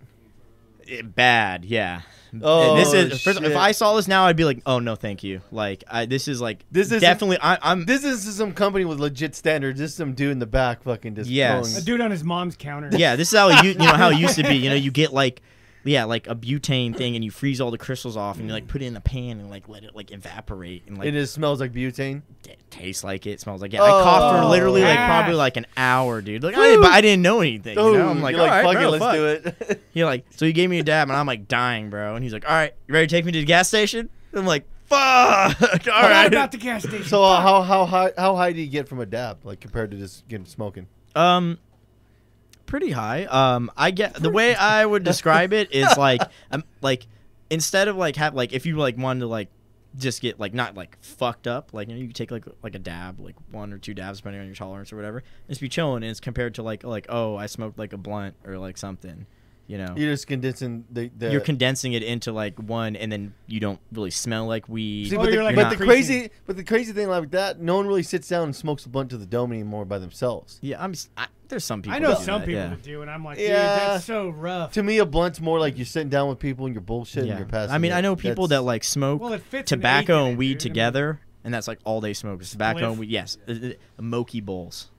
like, eh, bad. Yeah. Oh, And this is first, shit. if I saw this now, I'd be like, oh no, thank you. Like I, this is like This is- definitely I, I'm This is some company with legit standards. This is some dude in the back fucking just Yes. throwing- A dude on his mom's counter. yeah. This is how it, u- you know how it used to be. You know you get like. Yeah, like a butane thing, and you freeze all the crystals off, and you like put it in a pan and like let it like evaporate, and like it just smells like butane. t- tastes like it, smells like it. I coughed for Oh. literally like probably Ash. like an hour, dude. Like, I didn't, but I didn't know anything. You know? I'm Dude, like, you're all right, fuck bro, it, let's fuck. do it. He like, so he gave me a dab, and I'm like dying, bro. And he's like, all right, you ready to take me to the gas station? I'm like, fuck, all All right. right. about the gas station. so uh, how how high how high do you get from a dab like compared to just getting smoking? um, pretty high. Um, I get the way I would describe it is like, I'm like, instead of like have like if you like wanted to like just get like not like fucked up, like you know you could take like like a dab, like one or two dabs depending on your tolerance or whatever, just be chilling. And it's compared to like like oh I smoked like a blunt or like something, you know. You're just condensing the, the you're condensing it into like one, and then you don't really smell like weed. See, Oh, but, the, you're like but not- the crazy, but the crazy thing like that, no one really sits down and smokes a blunt to the dome anymore by themselves. Yeah, I'm. s- I, there's some people. I know that do some that, people Yeah. that do, and I'm like, Yeah. dude, that's so rough. To me, a blunt's more like you're sitting down with people and you're bullshitting, Yeah. you're passing. I mean, it. I know people That's- that like smoke Well, it fits an eighth tobacco in and it, weed dude. I mean- together, and that's like all they smoke is tobacco Spliff. and weed. Yes, uh, uh, moki bowls.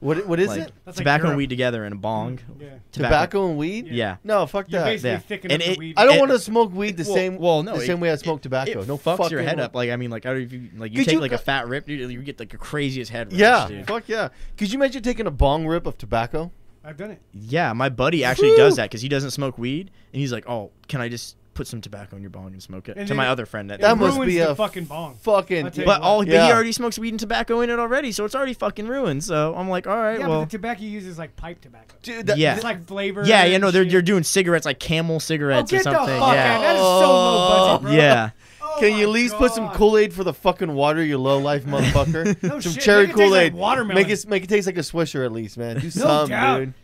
What what is like, it? That's like tobacco Europe. and weed together in a bong. Yeah. Tobacco and weed? Yeah. No, fuck You're that. basically yeah. thicking And up the it- weed. I don't It- want to smoke weed the well- same. well, no, the it- same way I smoke tobacco. It no, fucks fucking your head way. up. Like I mean, like I don't if you like you Could take you like co- a fat rip, dude, you get like the craziest head. rips, Yeah, dude. fuck yeah. Could you imagine taking a bong rip of tobacco? I've done it. Yeah, my buddy actually does Woo! that because he doesn't smoke weed, and he's like, "Oh, can I just put some tobacco in your bong and smoke it?" And to then my it- other friend that. That it must ruins be the a fucking bong. Fucking. I'll tell you but all but Yeah. he already smokes weed and tobacco in it already, so it's already fucking ruined. So I'm like, all right, yeah, well, but the tobacco you use is like pipe tobacco. Dude, that- Yeah. It's like flavor. yeah, and yeah, no, they're shit. you're doing cigarettes like Camel Oh, cigarettes get the or something. fuck out. yeah, That is so low budget, bro. yeah. Oh Can you at my least put some God. Kool Aid for the fucking water, you low life motherfucker? No some shit, cherry make it taste like Kool Aid. watermelon. make it make it taste like a Swisher at least, man. Do some, doubt. dude.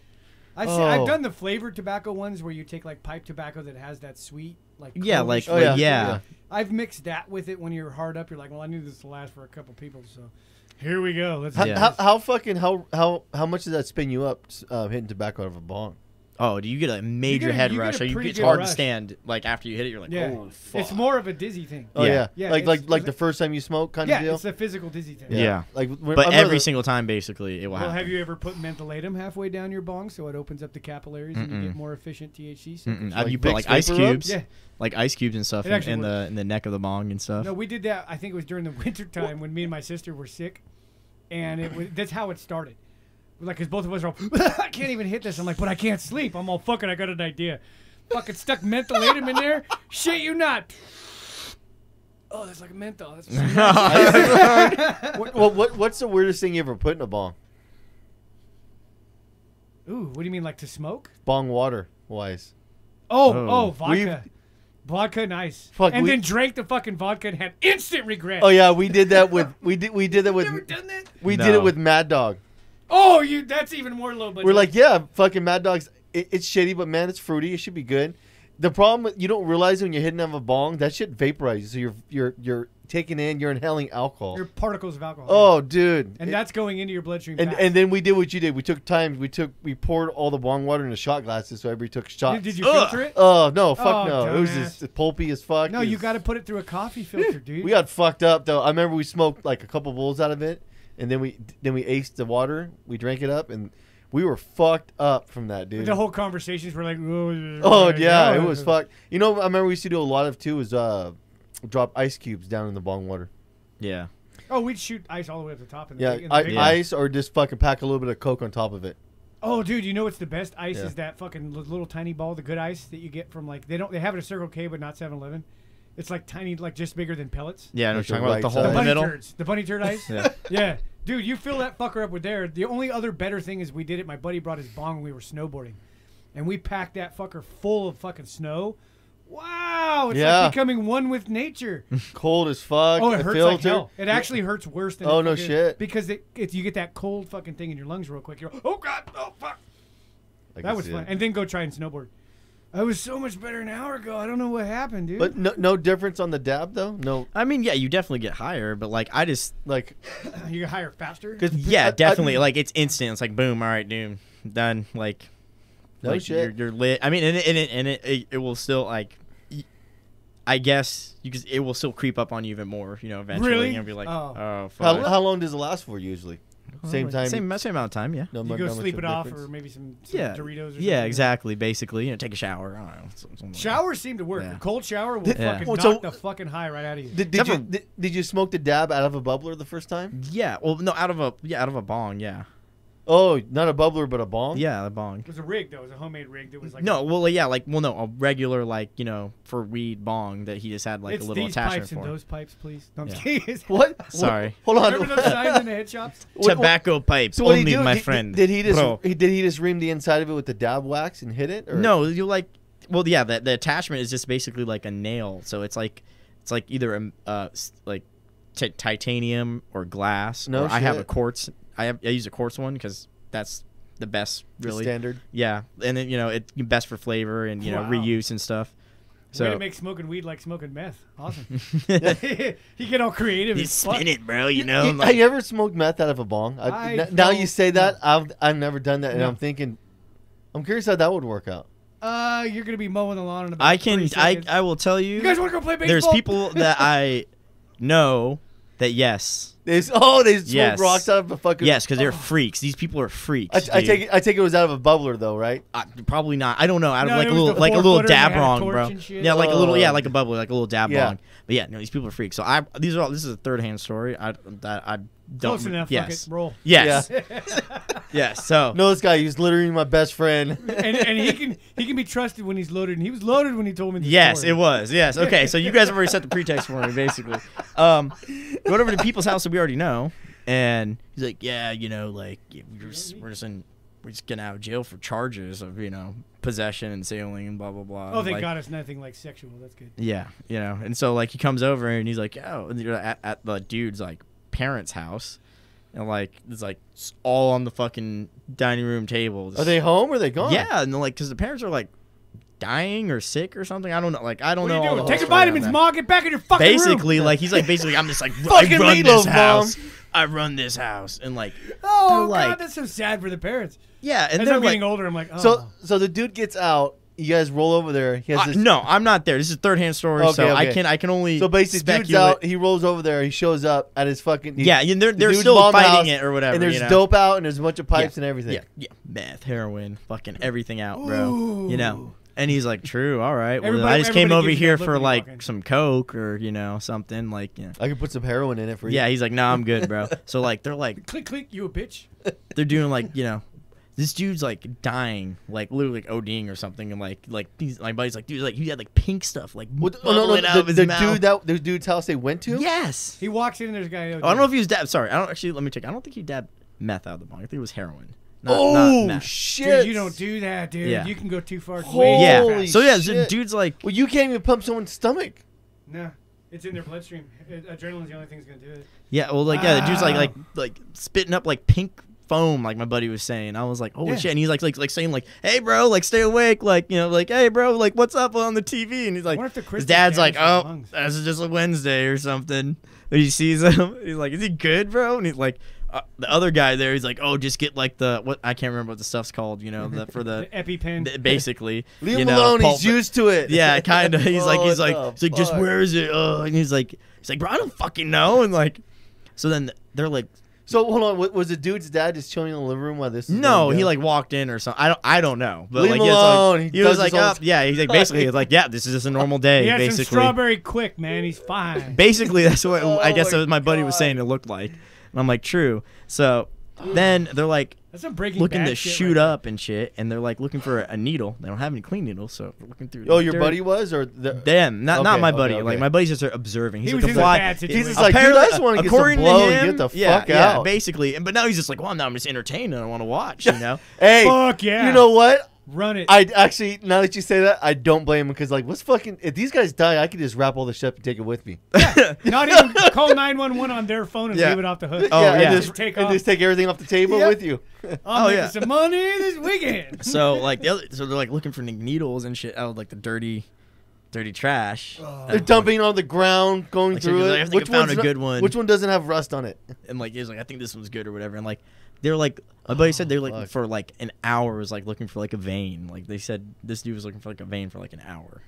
I've, seen, I've Oh. done the flavored tobacco ones where you take like pipe tobacco that has that sweet like Yeah, cone like, shit. Oh, like, yeah. yeah. Yeah. I've mixed that with it when you're hard up. You're like, well, I need this to last for a couple people, so here we go. Let's How, Yeah. how, how fucking how how how much does that spin you up uh, hitting tobacco out of a bong? Oh, do you get a major get a- head you get rush? a or you pretty it's good hard rush. to stand. Like after you hit it, you're like, yeah, oh fuck. it's more of a dizzy thing. Oh Yeah. yeah, Yeah, like like it's- like the first time you smoke kind yeah, of deal. it's a physical dizzy thing. Yeah. like when- I but remember every the- single time, basically, it will Well, happen. have you ever put mentholatum halfway down your bong so it opens up the capillaries and you get more efficient THC? So Mm-mm. Have Like you Mm, put Vicks like ice vapor rub? cubes, Yeah. like ice cubes and stuff It in, actually in the in the neck of the bong and stuff? No, we did that. I think it was during the winter time when me and my sister were sick, and it was that's how it started. Like, cause both of us are all, I can't even hit this. I'm like, but I can't sleep. I'm all fucking. I got an idea. Fucking stuck mentholatum in there. Shit, you not. Oh, that's like a menthol. That's What, what, what what's the weirdest thing you ever put in a bong? Ooh, what do you mean, like to smoke? Bong water wise. Oh, Oh. oh, vodka, vodka and ice, Fuck, and we- then drank the fucking vodka and had instant regret. Oh yeah, we did that with we did we did that Never with done that? we did No. it with Mad Dog. Oh, you. That's even more low budget. We're like, yeah, fucking Mad Dog's. It, it's shitty, but man, it's fruity. It should be good. The problem with- you don't realize when you're hitting on a bong, that shit vaporizes. So you're you're you're taking in, you're inhaling alcohol. your particles of alcohol. oh, dude. and It- that's going into your bloodstream. and fast. and then we did what you did. We took time. We took we poured all the bong water into shot glasses, so everybody took shots. Did, did you Ugh. filter it? Oh no, fuck Oh, no. It was dumbass. just pulpy as fuck. no, It you was- got to put it through a coffee filter, dude. We got fucked up though. I remember we smoked like a couple bowls out of it, and then we then we aced the water. We drank it up, and we were fucked up from that, dude. the whole conversations were like, oh, oh yeah, it was fucked. You know, I remember we used to do a lot of too is uh, drop ice cubes down in the bong water. yeah. Oh, we'd shoot ice all the way up the top. And Yeah, the, big- and the I, big- yeah. ice or just fucking pack a little bit of coke on top of it. Oh, dude, you know what's the best ice Yeah. is that fucking li- little tiny ball, the good ice that you get from like they don't they have it at Circle K, but not 7-Eleven. It's like tiny, like just bigger than pellets. Yeah, I know Like what you're the talking about like, the right hole side. The in the bunny middle. turds, the bunny turd ice. Yeah. yeah, dude, you fill that fucker up with there. The only other better thing is we did it. My buddy brought his bong. when We were snowboarding, and we packed that fucker full of fucking snow. Wow, it's Yeah. like becoming one with nature. Cold as fuck. Oh, it the hurts filter. like hell. It actually hurts worse than. Oh, it no fucking- shit. Because it, it, you get that cold fucking thing in your lungs real quick. You're oh god, oh fuck. I can That was see fun. it. And then go try and snowboard. I was so much better an hour ago. I don't know what happened, dude. But no, no difference on the dab though. No, I mean, yeah, you definitely get higher, but like I just like you get higher faster. because yeah, definitely like it's instant. It's like boom, all right, doom, done. Like No like, shit. You're, you're lit. I mean, and it, and it, and it, it, it will still like. y- I guess you just, it will still creep up on you even more, you know, eventually, Really? and be like, Oh. oh, how, fuck. how long does it last for usually? Same Like, time. same same amount of time, yeah. No, you mu- go not much sleep of it a off, difference. or maybe some, some yeah, Doritos. Or yeah, something. exactly. Basically, you know, take a shower. I don't know. some- something like that. Showers seem to work. Yeah. A cold shower will Did- Yeah. fucking Well, knock Oh, so- the fucking high right out of you. Did, did you Never- did, did you smoke the dab out of a bubbler the first time? Yeah. Well, no, out of a yeah, out of a bong. Yeah. Oh, not a bubbler, but a bong. Yeah, a bong. it was a rig though. It was a homemade rig that was like No, well, yeah, like, well, no, a regular, like, you know, for weed bong that he just had, like, it's a little these attachment pipes and for. those pipes, please. No, I'm Yeah. kidding. What? Sorry. Hold on. Remember those signs in the head shops? What- what- Tobacco pipes, So what did only he do? my Did- friend. Did he just Bro. he, did he just ream the inside of it with the dab wax and hit it? Or? No, you like, well, yeah, the, the attachment is just basically like a nail. So it's like, it's like either um, uh, s- like ti- titanium or glass. No or I have shit. a quartz. I have I use a quartz one because that's the best, The really. standard. Yeah, and then you know it's best for flavor and you know Wow. reuse and stuff. Way So to make smoking weed like smoking meth. Awesome. you get all creative. you as fuck. spin it, bro. You know, You- I'm have like- you ever smoked meth out of a bong? I, I n- now you don't- say that no. I've I've never done that, and No. I'm thinking, I'm curious how that would work out. Uh, you're gonna be mowing the lawn in about I can. three I seconds. I will tell you. You guys want to go play baseball? there's people that I know that yes, They s- oh, they smoked Yes. rocks out of a fucking. Yes, because they're oh. freaks. These people are freaks. I, I dude. take it, I take it was out of a bubbler though, right? Uh, probably not. I don't know. Out of No, like it a was little, the like a four little footer and it dab had a wrong, torch bro. and shit. Yeah, like a little, yeah, Oh. like a bubble, like a little dab Yeah. wrong. But yeah, no, these people are freaks. So I, these are all. This is a third hand story. I that I don't. Close enough. Yes. Fuck it. Roll. Yes. yes. So No, this guy, he's literally my best friend. And, and he can he can be trusted when he's loaded, and he was loaded when he told me. The Yes, story. it was. Yes. Okay. So you guys have already set the pretext for me, basically. Um, went over to people's house that we already know, and he's like, "Yeah, you know, like we're just, we're just in, we're just getting out of jail for charges of you know possession and sailing and blah blah blah." Oh, thank Like, God, it's nothing like sexual. That's good. Yeah, you know, and so like he comes over and he's like, "Oh," and you're at, at the dude's like parents' house, and like it's like s- all on the fucking dining room table. Are they home or are they gone? Yeah, and like because the parents are like dying or sick or something. I don't know. Like I don't What are know. you all doing? the Take whole your story on vitamins, that. Ma. Get back in your fucking room. Basically, like he's like basically I'm just like I Fucking run this meatloaf, house. I run this house and like Oh they're like- God, that's so sad for the parents. yeah, and As they're I'm like getting older, I'm like, oh. So so the dude gets out. You guys roll over there. He has I- this, Uh, no, I'm not there. This is third hand story, so Okay, I okay. can I can only So basically, speculate. dude's out. He rolls over there. He shows up at his fucking. Yeah, and they're the they're dude's still mom's house, fighting it or whatever. And there's you know? dope out, and there's a bunch of pipes Yeah, and everything. Yeah, yeah, meth, heroin, fucking everything out, bro. You know. Ooh. And he's like, "True, all right. Well, Everybody- I just came everybody over gives you that here look for when you like walk in. some coke or you know something like." You know. I could put some heroin in it for you. Yeah, he's like, "No, I'm good, bro." so like, they're like, click, click, you a bitch. they're doing like you know this dude's like dying like literally like ODing or something and like like he's, my buddy's like dude like he had like pink stuff like What, oh, bubbling no, no, out the, of his the mouth. dude that the dude's house they went to. yes He walks in and there's a guy. oh, I don't know if he was dab sorry I don't actually let me check I don't think he dabbed meth out of the bong I think it was heroin not, Oh not meth. shit! Dude, you don't do that, dude. Yeah. You can go too far. Holy- way too yeah fast. so yeah the shit. dude's like Well, you can't even pump someone's stomach. No, it's in their bloodstream. Adrenaline's the only thing that's gonna do it. yeah well like yeah the dude's like Ah. like like spitting up like pink foam like my buddy was saying I was like holy Yeah. shit and he's like like like saying like hey bro like stay awake like you know like hey bro like what's up on the TV and he's like wonder if the His crystals dad's like, damage his oh, lungs. this is just a Wednesday or something. But he sees him. He's like, is he good, bro? And he's like, uh, the other guy there, he's like, oh, just get like the what I can't remember what the stuff's called, you know, the, for the The EpiPen. th- basically. Leave you him know, alone. pulp- He's used to it. Yeah, kind of. He's like, What he's like, Oh, the he's like, just fuck? where is it? Oh, and he's like, he's like, bro, I don't fucking know. And like, so then they're like, So hold on, wa- was the dude's dad just chilling in the living room while this? is no, going he down? like walked in or something. I don't, I don't know. But Leave like, him yeah, it's like- alone. He he was does his like, own- up, yeah, he's like, basically, it's like, yeah, this is just a normal day, He had some basically. strawberry quick, man. He's fine. Basically, that's what I Oh guess my that was my buddy was God. saying it looked like, and I'm like, true. So then they're like That's some breaking. looking Bad to shit shoot right up and shit, and they're like looking for a needle. They don't have any clean needles, so they're looking through. Oh, the your dirt. buddy was, or the, Them, not not Okay, my okay, buddy. Like okay. my buddy's just observing. He's He was like a in a fly- bad situation. He's just like, dude, I Apparently- just wanna get some according to blow and him- get the yeah, fuck yeah, out. basically. And but now he's just like, well, now I'm just entertained and I want to watch. You know, hey, Fuck yeah. You know what? Run it. I actually, now that you say that, I don't blame him because, like, what's fucking? If these guys die, I could just wrap all this shit up and take it with me. Not even call 911 on their phone and Yeah. leave it off the hook. Oh, yeah. And just, Just take and off. just take everything off the table Yeah. with you. I'm Oh, making yeah. some money this weekend. so like the other, so they're like looking for needles and shit out of like the dirty, dirty trash. They're dumping on the ground, going Like, so through you're it. like, I think I found one's a not- good one. Which one doesn't have rust on it? and like it was like I think this one's good or whatever. And like they're like my buddy said they were like Oh, fuck. for like an hour was like looking for like a vein. Like they said this dude was looking for like a vein for like an hour.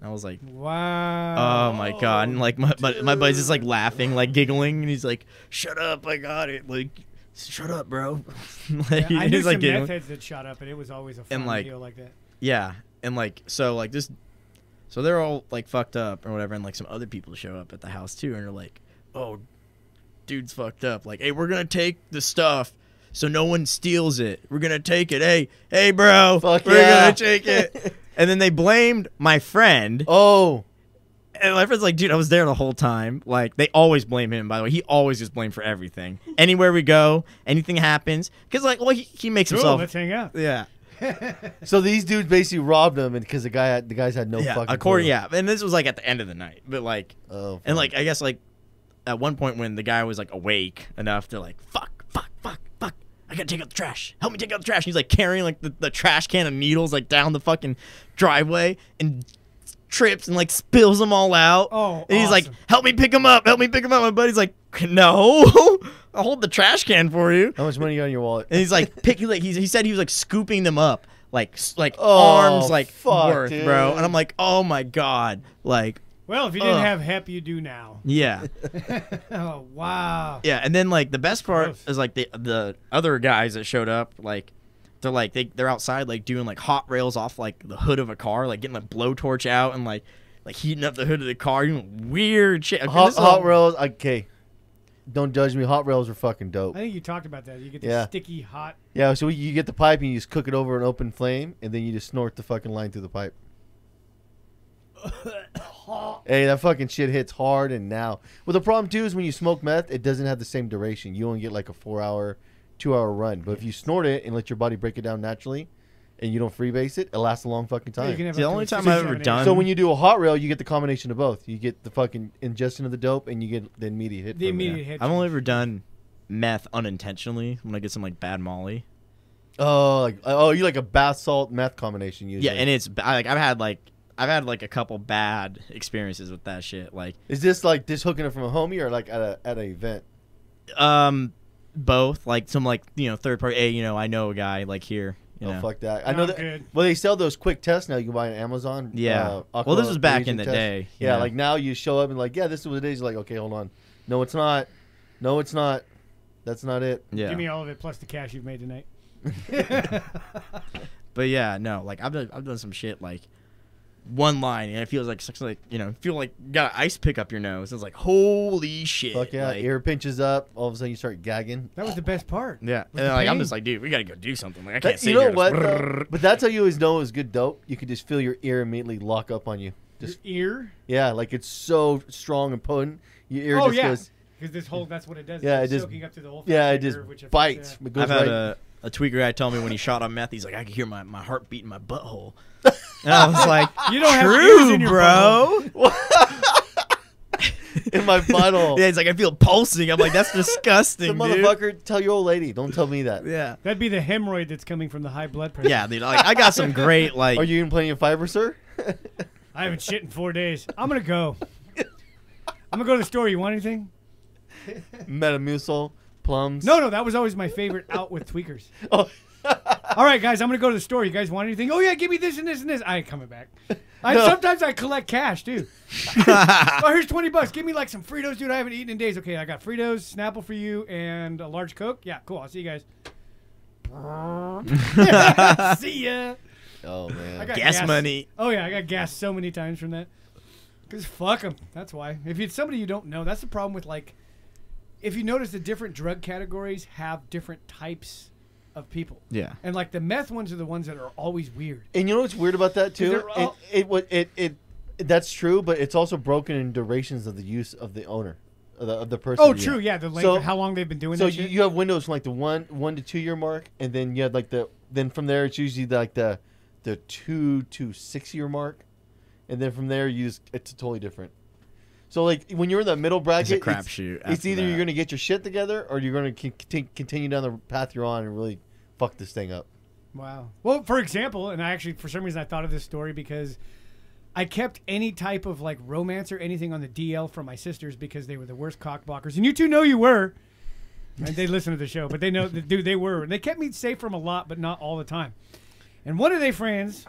And I was like, Wow. oh my god! And like my my, my buddy's just like laughing, like giggling, and he's like, shut up, I got it. Like shut up, bro. like, Yeah, I knew he's like some giggling. meth heads that shot up, and it was always a fun like, deal like that. Yeah, and like so, like this, so they're all like fucked up or whatever, and like some other people show up at the house too, and are like, "Oh, dude's fucked up. Like, hey, we're gonna take the stuff." So no one steals it. We're gonna take it. Hey, hey, bro, Fuck we're yeah. gonna take it. and then they blamed my friend. Oh, And my friend's like, dude, I was there the whole time. Like, they always blame him. By the way, he always gets blamed for everything. Anywhere we go, anything happens, because like, well, he, he makes Cool, himself. let's hang out. yeah, so these dudes basically robbed him, and because the guy, had, the guys had no yeah. fucking. According, clue. yeah. And this was like at the end of the night, but like, Oh, And fuck. like I guess like at one point when the guy was like awake enough, they're like, fuck, fuck, fuck, fuck. I gotta take out the trash. Help me take out the trash. And he's like carrying like the, the trash can of needles like down the fucking driveway and trips and like spills them all out. Oh, and he's like, awesome. help me pick them up. Help me pick them up. My buddy's like, no, I'll hold the trash can for you. how much money you got in your wallet? And he's like picking like he, he said he was like scooping them up like s- like Oh, arms like fuck, worth, bro. dude. And I'm like, oh my god, like Well, if you didn't Ugh. have hep, you do now. Yeah. Oh wow. Yeah, and then like the best part Gross. is like the the other guys that showed up, like they're like they they're outside like doing like hot rails off like the hood of a car, like getting a blowtorch out and like like heating up the hood of the car, you know, weird shit. I mean, Hot, this is hot all- rails, okay. Don't judge me. Hot rails are fucking dope. I think you talked about that. You get the Yeah. sticky hot. Yeah, so you get the pipe and you just cook it over an open flame, and then you just snort the fucking line through the pipe. hey, that fucking shit hits hard and now. Well, the problem too is when you smoke meth, it doesn't have the same duration. You only get like a four hour, two hour run. But if you snort it and let your body break it down naturally, and you don't freebase it, it lasts a long fucking You can time. have The up to only time six, I've seven, ever eight. done- So when you do a hot rail, you get the combination of both. You get the fucking ingestion of the dope, and you get the immediate hit. the from it. immediate hit. I've only ever done meth unintentionally when I get some like bad Molly. Oh, like, oh, you like a bath salt meth combination usually. Yeah, and it's b- I, like I've had like I've had like a couple bad experiences with that shit. Like Is this like just hooking it from a homie or like at a at an event? um both like some like you know third party. Hey, you know I know a guy like here. You Oh know. fuck that! I No, know I'm that. good. Well, they sell those quick tests now. You can buy on Amazon. Yeah. uh, Well, this was back aquaresin in the test. day, you Yeah, know. like now you show up and like, yeah, this is what it is. You're like, okay, hold on. No, it's not. No, it's not. That's not it. Yeah. Give me all of it plus the cash you've made tonight. But yeah, no, like I've done, I've done some shit like one line and it feels like such like you know feel like you got an ice pick up your nose. It's like holy shit. Fuck yeah! like, Ear pinches up. All of a sudden, you start gagging. That was the best part. yeah. And the like I'm pain. just like dude, we gotta go do something. Like I can't That- sit you know here and what? just though? But that's how you always know it was good dope. You could just feel your ear immediately lock up on you. Your Just ear. yeah, like it's so strong and potent. Your ear oh just yeah. goes. Because this whole that's what it does. Yeah, it's it just- soaking up to the olfactory Yeah, it just nerve, which affects- bites. yeah. It goes I've had right- a, a tweaker guy tell me when he shot on meth, he's like I could hear my, my heart beat in my butthole. And I was like, You don't have true, ears in your bro. in my butthole. Yeah, he's like I feel pulsing. I'm like that's disgusting, The dude. motherfucker, tell your old lady. Don't tell me that. Yeah. That'd be the hemorrhoid that's coming from the high blood pressure. Yeah, dude. Like I got some great like Are you even playing your fiber, sir? I haven't shit in four days. I'm gonna go. I'm gonna go to the store. You want anything? Metamucil, plums. No, no, that was always my favorite out with tweakers. Oh. All right, guys, I'm gonna go to the store. You guys want anything? Oh yeah, give me this and this and this. I ain't coming back. I No. sometimes I collect cash too. oh, here's twenty bucks. Give me like some Fritos, dude. I haven't eaten in days. Okay, I got Fritos, Snapple for you, and a large Coke. Yeah, cool. I'll see you guys. see ya. Oh I man. got gas money. Oh yeah, I got gas so many times from that. Cause fuck them. That's why. If it's somebody you don't know, that's the problem with like, if you notice the different drug categories have different types of people. Yeah. And like the meth ones are the ones that are always weird. And you know what's weird about that too? they're It, all- it wa- it it that's true, but it's also broken in durations of the use of the owner, of the, of the person. Oh, you true. know. Yeah, the length, So- how long they've been doing So that you, shit. you have windows from like the one one to two year mark, and then you have like the then from there it's usually like the the two to six year mark, and then from there you just it's totally different. So like when you're in the middle bracket, crapshoot It's, it's after either that. you're gonna get your shit together or you're gonna con- conti- continue down the path you're on and really fuck this thing up. Wow. Well, for example, and I actually, for some reason, I thought of this story because I kept any type of like romance or anything on the DL from my sisters because they were the worst cockblockers, and you two know you were. And they listen to the show, but they know, that, dude, they were, and they kept me safe from a lot, but not all the time. And one of their friends,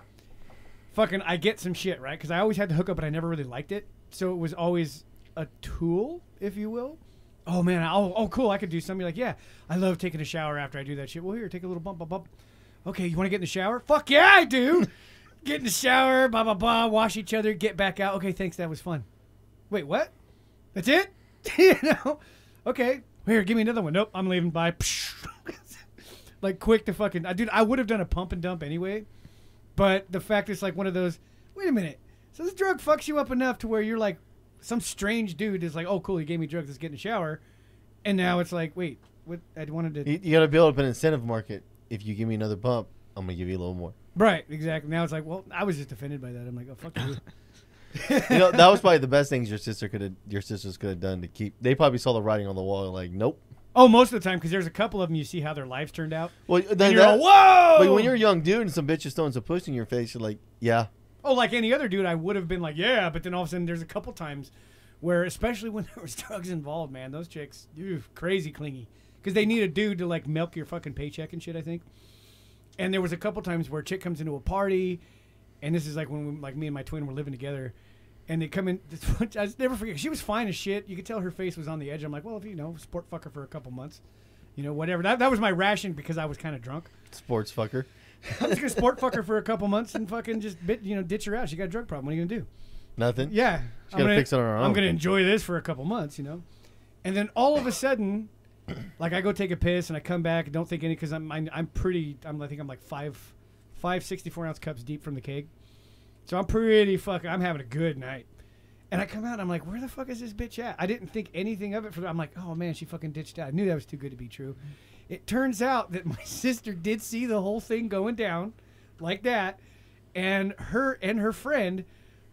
fucking, I get some shit right because I always had to hook up, but I never really liked it, so it was always a tool, if you will. Oh man, oh, oh cool, I could do something like yeah, I love taking a shower after I do that shit. Well, here, take a little bump, bump, bump. Okay, you want to get in the shower? Fuck yeah, I do. get in the shower, blah blah blah, wash each other, get back out. Okay, thanks, that was fun. Wait, what? That's it? you know? Okay, here, give me another one. Nope, I'm leaving. Bye. like quick to fucking, I dude, I would have done a pump and dump anyway, but the fact it's like one of those. Wait a minute. So this drug fucks you up enough to where you're like, some strange dude is like, oh cool, he gave me drugs. Let's get in the shower, and now it's like, wait, what? I wanted to. You, you gotta build up an incentive market. If you give me another bump, I'm gonna give you a little more. Right, exactly. Now it's like, well, I was just offended by that. I'm like, oh fuck you. You know that was probably the best things your sister could have your sisters could have done to keep. They probably saw the writing on the wall. Like nope. oh, most of the time, because there's a couple of them, you see how their lives turned out. Well, then And you're that, all, whoa! But when you're a young dude and some bitch just throwing some push in your face, you're like, yeah. oh, like any other dude, I would have been like, yeah. But then all of a sudden, there's a couple times where, especially when there was drugs involved, man, those chicks, ew, crazy clingy, because they need a dude to like milk your fucking paycheck and shit. I think. And there was a couple times where a chick comes into a party, and this is like when we, like me and my twin were living together, And they come in. This one, I just never forget. She was fine as shit. You could tell her face was on the edge. I'm like, well, if you know, sport fucker for a couple months, you know, whatever. That, that was my ration because I was kind of drunk. Sports fucker. I'm just gonna sport fuck her for a couple months and fucking just bit, you know, ditch her out. She got a drug problem. What are you gonna do? Nothing. Yeah, I'm gotta fix it on her I'm own. gonna enjoy this for a couple months, you know. And then all of a sudden, like I go take a piss and I come back, don't think any because I'm, I'm I'm pretty. I'm I think I'm like five five 64 ounce cups deep from the keg, so I'm pretty fucking. I'm having a good night. And I come out and I'm like, where the fuck is this bitch at? I didn't think anything of it. For I'm like, oh man, she fucking ditched out. I knew that was too good to be true. It turns out that my sister did see the whole thing going down like that, and her and her friend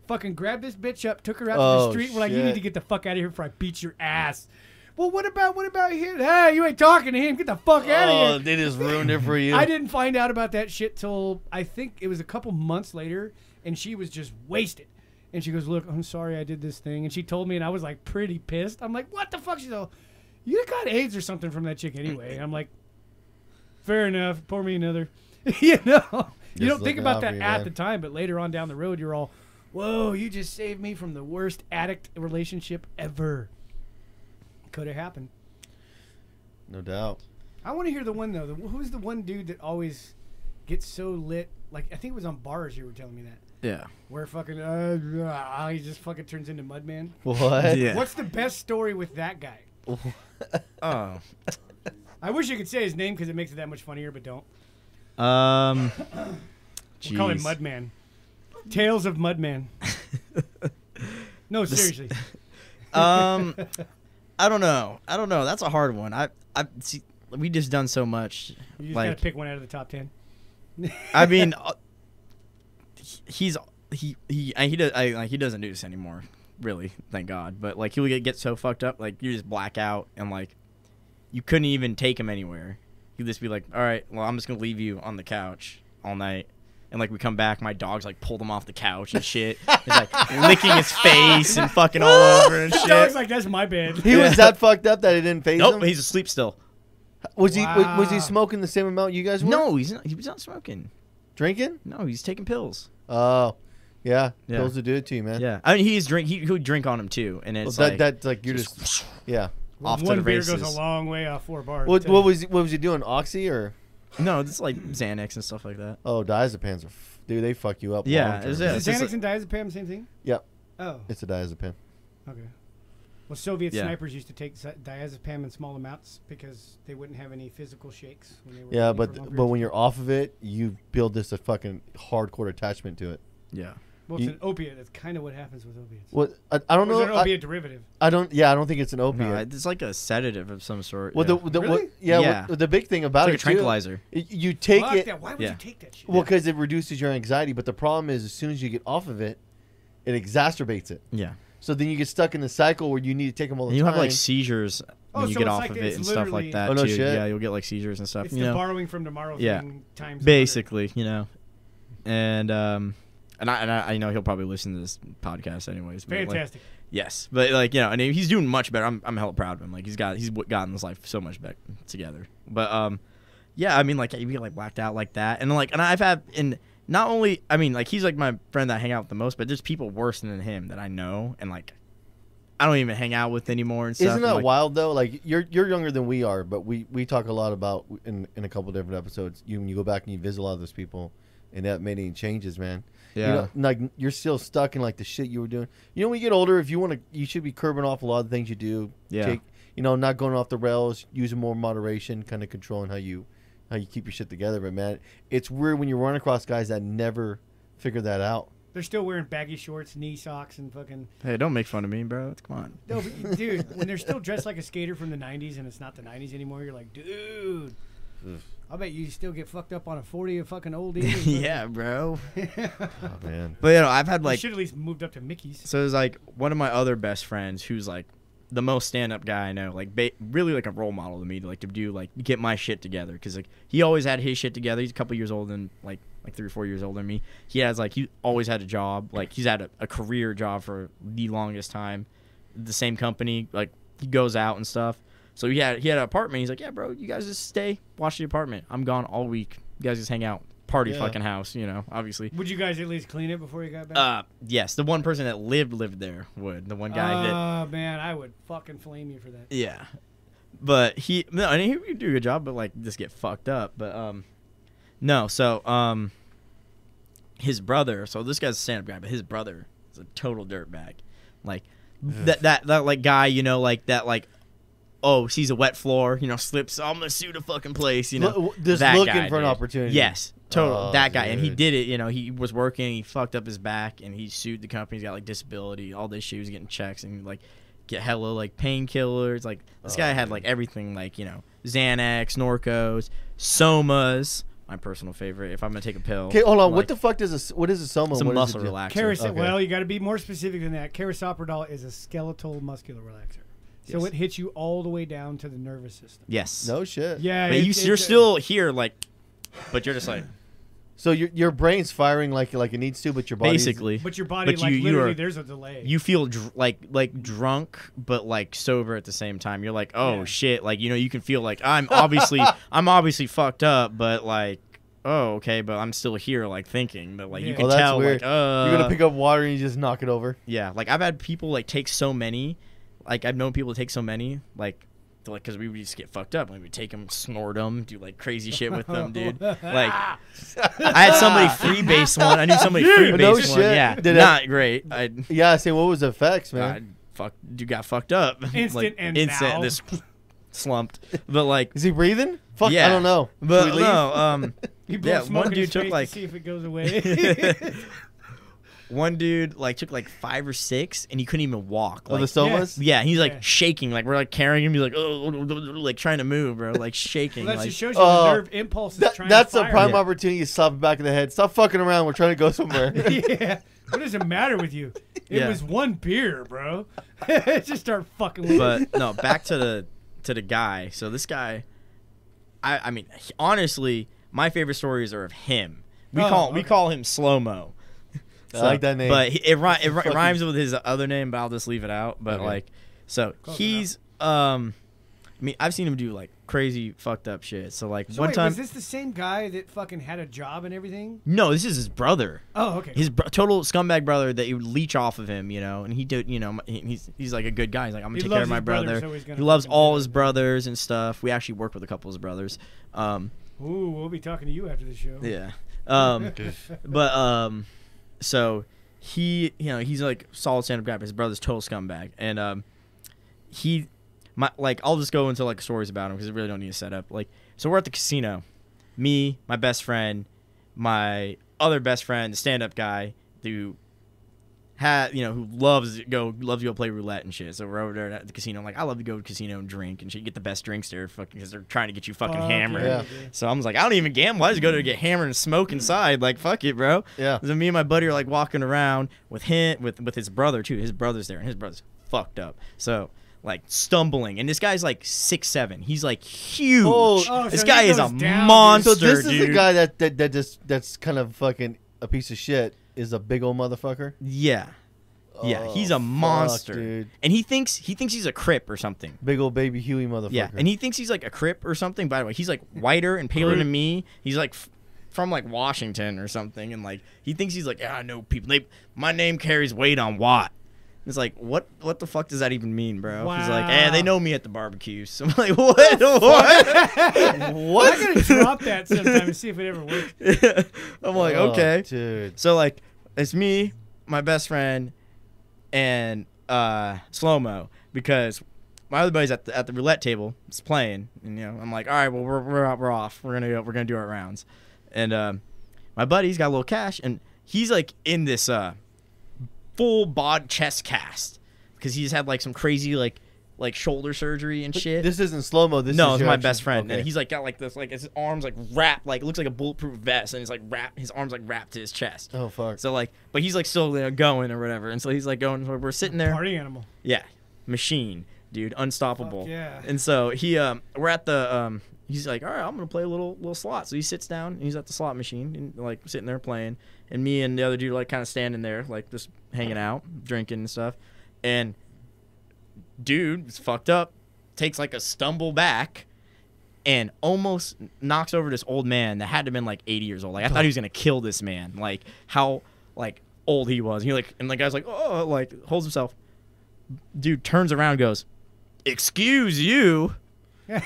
fucking grabbed this bitch up, took her out to the Oh, street. We're like, you need shit. to get the fuck out of here before I beat your ass. Well, what about what about here? Hey, you ain't talking to him. Get the fuck out of here. Oh, they just ruined it for you. I didn't find out about that shit till I think it was a couple months later, and she was just wasted. And she goes, "Look, I'm sorry I did this thing." And she told me, and I was like pretty pissed. I'm like, "What the fuck?" She's all, "You got AIDS or something from that chick anyway." And I'm like, "Fair enough. Pour me another." you know, Just you don't think looking about out that for you, at man. the time, but later on down the road, you're all, "Whoa, you just saved me from the worst addict relationship ever." Could have happened. No doubt. I want to hear the one though. The, who's the one dude that always gets so lit? Like I think it was on bars. You were telling me that. Yeah. Where fucking uh, uh, he just fucking turns into Mudman. What? Yeah. What's the best story with that guy? Oh. I wish you could say his name because it makes it that much funnier, but don't. Um. We'll call him jeez. Mudman. Tales of Mudman. no, seriously. Um, I don't know. I don't know. That's a hard one. I I see. We just done so much. You just Like gotta pick one out of the top ten. I mean, uh, he- he's he he I, he does I, like, he doesn't do this anymore. Really, thank God. But like he'll get, get so fucked up, like you just black out and like you couldn't even take him anywhere. He'd just be like, "All right, well, I'm just gonna leave you on the couch all night." And like we come back, my dog's like pulled him off the couch and shit. He's like licking his face and fucking all over and The dog's shit. like, "That's my bed." He was that fucked up that it didn't phase Nope, him. he's asleep still. was he wa- was Wow. he smoking the same amount you guys were? No, he's not. He's not smoking. Drinking? No, he's taking pills. Oh, yeah. Yeah. Pills will do it to you, man. Yeah, I mean, he's drink. He would drink on him too, and Well, it's that like that's like you're just, yeah. off one to the beer races. goes a long way off four bars. What Tell you. what was what was he doing? Oxy or No, it's like Xanax and stuff like that. oh diazepams are f- dude they fuck you up. Yeah, long term. is it- Is Yeah, it's Xanax just and diazepam the same thing? Yep, Oh. it's a diazepam. Okay. Well, Soviet Yeah. snipers used to take zi- diazepam in small amounts because they wouldn't have any physical shakes when they were. Yeah, fighting for long but but periods. when you're off of it, you build this a fucking hardcore attachment to it. Yeah, well, it's you- an opiate. That's kind of what happens with opiates. What I, I don't Or is it know. an I, opiate derivative? I don't. Yeah, I don't think it's an no, opiate. it's like a sedative of some sort. well, yeah. the, the Really? what, yeah, what- Yeah. the big thing about It's like a it too, tranquilizer. y- you take Fuck it that. Why would yeah. you take that shit? well because it reduces your anxiety. But the problem is, as soon as you get off of it, it exacerbates it. yeah, So then you get stuck in the cycle where you need to take them all the and you time. have like seizures Oh, when you so get it's off like of the- it it's and stuff literally- like that Oh, no too. shit. Yeah, you'll get like seizures and stuff. it's you the know, borrowing from tomorrow Yeah. thing times. a hundred. basically, you know, and um, and I and I, I know he'll probably listen to this podcast anyways. but, like, Fantastic. Yes, but like you know, and he's doing much better. I'm I'm hella proud of him. Like he's got he's w- gotten his life so much back together. But um, yeah, I mean like you get like blacked out like that, and like and I've had and not only I mean like he's like my friend that I hang out with the most, but there's people worse than him that I know, and like I don't even hang out with anymore and stuff. Isn't and, that like, wild though? Like you're you're younger than we are, but we we talk a lot about in in a couple different episodes. You when you go back and you visit a lot of those people, and that many changes, man. You Yeah. know, like you're still stuck in like the shit you were doing. You know, when you get older, if you want to, you should be curbing off a lot of things you do. Yeah. you know, not going off the rails, using more moderation, kind of controlling how you how you keep your shit together. But man, it's weird when you run across guys that never figure that out. They're still wearing baggy shorts, knee socks, and fucking. Hey, don't make fun of me, bro. Come on. No, but, dude, when they're still dressed like a skater from the '90s and it's not the '90s anymore, you're like, dude. I bet you still get fucked up on a forty of fucking oldie. yeah, bro. Oh, man, But you know, I've had Like, like should at least moved up to Mickey's. So it's like one of my other best friends who's like the most stand-up guy I know, like ba- really like a role model to me to like to do like get my shit together because like he always had his shit together. He's a couple years older than like like three or four years older than me. He has like he always had a job, like he's had a, a career job for the longest time, the same company. Like he goes out and stuff. So he had he had an apartment. He's like, yeah, bro, you guys just stay, watch the apartment. I'm gone all week. You guys just hang out. party Yeah. fucking house, you know, obviously. Would you guys at least clean it before you got back? Uh, yes, the one person that lived lived there would. The one guy Uh. that Oh, man, I would fucking flame you for that. Yeah. But he no, I mean he would do a good job, but like just get fucked up. But um no, so um his brother, so this guy's a stand up guy, but his brother is a total dirtbag. Like that that that like guy, you know, like that like oh, sees a wet floor, you know, slips, I'm gonna sue the fucking place, you know. Lo- just that looking guy, for an dude. opportunity. Yes. Total Oh, that guy, and he dude. did it. You know, he was working. He fucked up his back, and he sued the company. He's got like disability, all this shit. He was getting checks, and like get hella like painkillers. Like this Oh, guy had dude. like everything, like you know, Xanax, Norcos, Somas. My personal favorite. If I'm gonna take a pill, Okay, hold on. like, what the fuck is a what is a soma? It's a What does it muscle do? relaxer. Caris- Okay. Well, you got to be more specific than that. Carisoprodol is a skeletal muscular relaxer, so Yes. it hits you all the way down to the nervous system. Yes. No shit. Yeah, But it- you, it's you're a- still here, like, but you're just like So your your brain's firing like like it needs to, but your body basically. but your body but like you- you literally are- there's a delay. you feel dr- like like drunk but like sober at the same time you're like oh Yeah. shit like you know you can feel like i'm obviously i'm obviously fucked up but like oh okay but i'm still here like thinking but like you Yeah. can oh, that's tell weird. like uh You're gonna pick up water and you just knock it over. yeah like i've had people like take so many like i've known people take so many like they're like because we would just get fucked up and we would take them snort them do like crazy shit with them dude like i had somebody free base one i knew somebody free base No one shit. yeah Did it- not great i Yeah, I say what was the effects, man? God, fuck, you got fucked up. Instant and instant, now. this slumped. But like, Is he breathing? Fuck, yeah, I don't know. Should But we leave? no, um, You blow yeah, smoke one in his dude took face like to see if it goes away. one dude like took like five or six, and he couldn't even walk. oh, Like, the somas. yeah, he's like Yeah. shaking, like we're like carrying him, he's like oh, like trying to move, bro, like shaking. well, that like, "Oh, just shows you Uh, the nerve impulse is That- trying that's to a fire. prime Yeah. opportunity to slap him back in the head. Stop fucking around. We're trying to go somewhere. yeah. What does it matter with you? It Yeah. was one beer, bro. Just start fucking with it. but no, back to the to the guy. So this guy, I I mean, he- honestly, my favorite stories are of him. We Oh, call we okay. call him slow mo. I like that name. But he, it, ri- it, ri- Fucking- rhymes with his other name, but I'll just leave it out. But Okay. like, so Close he's um, I mean, I've seen him do like crazy fucked up shit. So like So one wait, time, was this the same guy that fucking had a job and everything? no, this is his brother. Oh, okay. His br- total scumbag brother that he would leech off of him, you know, and he did, you know, my- he- he's he's like a good guy. He's like, I'm gonna He take care of loves my his brother, brother. so he's gonna he loves fucking do all it. his brothers and stuff. We actually work with a couple of his brothers. Um, Ooh, we'll be talking to you after the show. yeah. Um, but um, so he, you know, he's like solid stand-up guy, but his brother's total scumbag, and um, he, my like, I'll just go into like stories about him because I really don't need to set up. Like, so we're at the casino, me, my best friend, my other best friend, the stand-up guy, who had you know who loves to go loves to go play roulette and shit. So we're over there at the casino. I'm like, I love to go to the casino and drink and shit. You get the best drinks there, fucking, because they're trying to get you fucking Fuck hammered. yeah. So I'm like, I don't even gamble. I just go to get hammered and smoke inside. Like, fuck it, bro. Yeah. So me and my buddy are like walking around with him, with with his brother too. His brother's there, and his brother's fucked up. So like stumbling, and this guy's like six seven. He's like huge. Oh, so this he guy is a goes down, dude. so monster, this dude. is the guy that, that that just that's kind of fucking a piece of shit. Is a big old motherfucker. Yeah. Yeah, Oh, he's a fuck, monster, dude. and he thinks he thinks he's a crip or something. Big old baby Huey motherfucker. Yeah, and he thinks he's like a Crip or something. By the way, he's like whiter and paler than me. He's like f- from like Washington or something, and like he thinks he's like, yeah, I know people. They, my name carries weight on Watt. It's like what? What the fuck does that even mean, bro? He's like, eh, Wow. they know me at the barbecue. So I'm like, what? what? What? I gotta drop that sometime and see if it ever works. I'm like, Oh, okay. dude. So like, it's me, my best friend, and uh, slow mo because my other buddy's at the at the roulette table. It's playing, and you know I'm like, all right, well we're we're, out, we're off. We're gonna go, we're gonna do our rounds, and um, my buddy's got a little cash, and he's like in this uh, full bod chest cast because he's had like some crazy like like shoulder surgery and shit This isn't slow mo. Oh, This no, is it's your my actual- best friend, okay. and he's like got like this, like his arms like wrapped, like looks like a bulletproof vest, and he's like wrapped, his arms like wrapped to his chest. oh fuck. So like, but he's like still you know, going or whatever, and so he's like going. We're sitting there, Party animal. yeah, machine, dude, unstoppable. Fuck yeah. And so he, um, we're at the, um, he's like, all right, I'm gonna play a little little slot. So he sits down and he's at the slot machine and like sitting there playing, and me and the other dude like kind of standing there like just hanging out, drinking and stuff, and dude is fucked up, takes like a stumble back, and almost knocks over this old man that had to have been like 80 years old. Like I thought he was gonna kill this man. Like how like old he was. And he like and the guy's like oh like holds himself. Dude turns around and goes, "Excuse you." and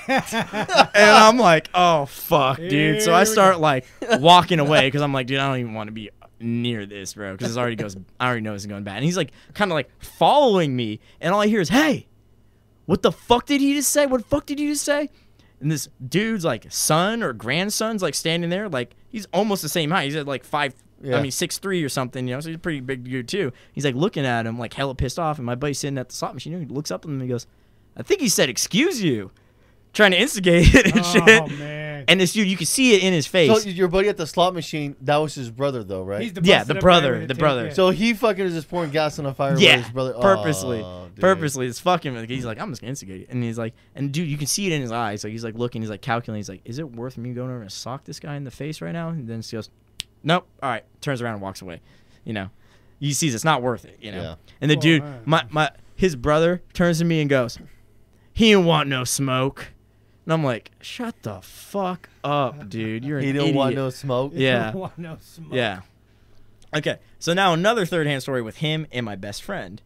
I'm like, "Oh fuck, dude." So Here we I start like walking away because I'm like, "Dude, I don't even want to be near this, bro." Because this already goes. I already know it's going bad. And he's like, kind of like following me, and all I hear is, "Hey, what the fuck did he just say? What the fuck did you just say? And this dude's like son or grandson's like standing there, like he's almost the same height. He's at like five, Yeah. I mean six three or something, you know. So he's a pretty big dude too. He's like looking at him, like hella pissed off. And my buddy's sitting at the slot machine. And he looks up at him and he goes, "I think he said excuse you," trying to instigate it and Oh shit. man. And this dude, you can see it in his face. So your buddy at the slot machine, that was his brother though, right? He's the Yeah, the busted up guy brother, with the tape, brother. yeah. so he fucking is just pouring gas on a fire yeah, with his brother. purposely, Aw, dude. purposely. It's fucking. Like, he's like, I'm just gonna instigate it, and he's like, and dude, you can see it in his eyes. Like he's like looking, he's like calculating. He's like, is it worth me going over and sock this guy in the face right now? And then he goes, nope. All right, turns around and walks away. You know, he sees it's not worth it. You know, Yeah. and the Well, dude, man. my my his brother turns to me and goes, he didn't want no smoke, and I'm like, shut the fuck up, dude. You're an He didn't idiot. want no smoke. Yeah. Don't want no smoke. Yeah. Okay. So now another third hand story with him and my best friend.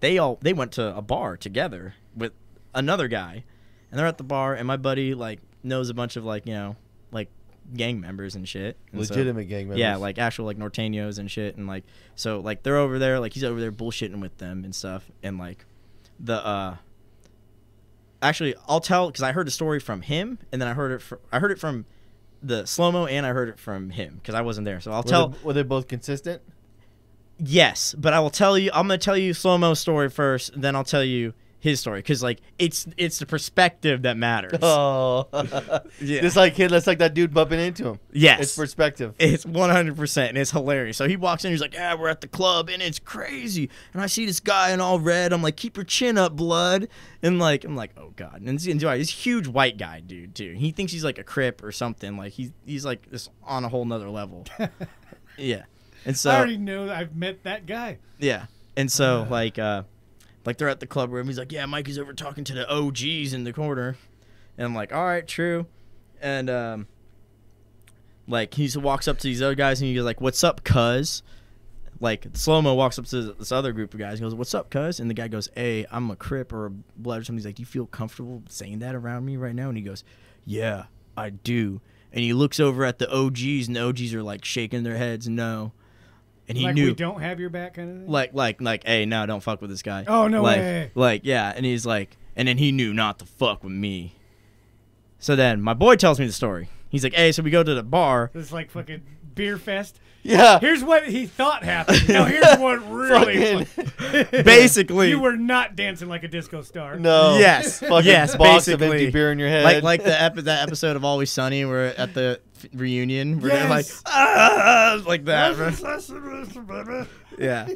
They all they went to a bar together with another guy. And they're at the bar and my buddy like knows a bunch of like, you know, like gang members and shit. And so- Legitimate gang members. yeah, like actual like Norteños and shit, and like so like they're over there, like he's over there bullshitting with them and stuff, and like the uh. Actually, I'll tell because I heard the story from him, and then I heard it. Fr- I heard it from the slow mo, and I heard it from him because I wasn't there. So I'll were tell. they, were they both consistent? Yes, but I will tell you. I'm gonna tell you slow mo story first, then I'll tell you his story because like it's it's the perspective that matters. Oh, Yeah. Just like kid, that's like that dude bumping into him. Yes. it's perspective. It's 100% and it's hilarious. So he walks in, he's like, Yeah, we're at the club and it's crazy. And I see this guy in all red. I'm like, Keep your chin up, blood. And like, I'm like, Oh God. And this, and this huge white guy, dude, too. He thinks he's like a crip or something. Like, he's, he's like this on a whole nother level. yeah. And so, I already know I've met that guy. yeah. And so, like, uh, like they're at the club room. He's like, Yeah, Mikey's over talking to the OGs in the corner. And I'm like, All right, true. And, um, like he just walks up to these other guys and he goes like, "What's up, cuz?" Like slow mo walks up to this other group of guys and goes, "What's up, cuz?" And the guy goes, "Hey, I'm a crip or a blood or something." He's like, "Do you feel comfortable saying that around me right now?" And he goes, "Yeah, I do." And he looks over at the OGs and the OGs are like shaking their heads, no. And he like knew we don't have your back kind of thing. like like like hey no don't fuck with this guy Oh, no like, way. like yeah and he's like and then he knew not to fuck with me so then my boy tells me the story he's like hey so we go to the bar it's like fucking beer fest. Yeah, Here's what he thought happened. Now here's what really. Fucking- basically You were not dancing like a disco star. no. Yes. fucking Yes, box of basically. empty beer in your head. like like the epi- that episode of Always Sunny where at the f- reunion we're like Yes. ah, like that right? That's yeah.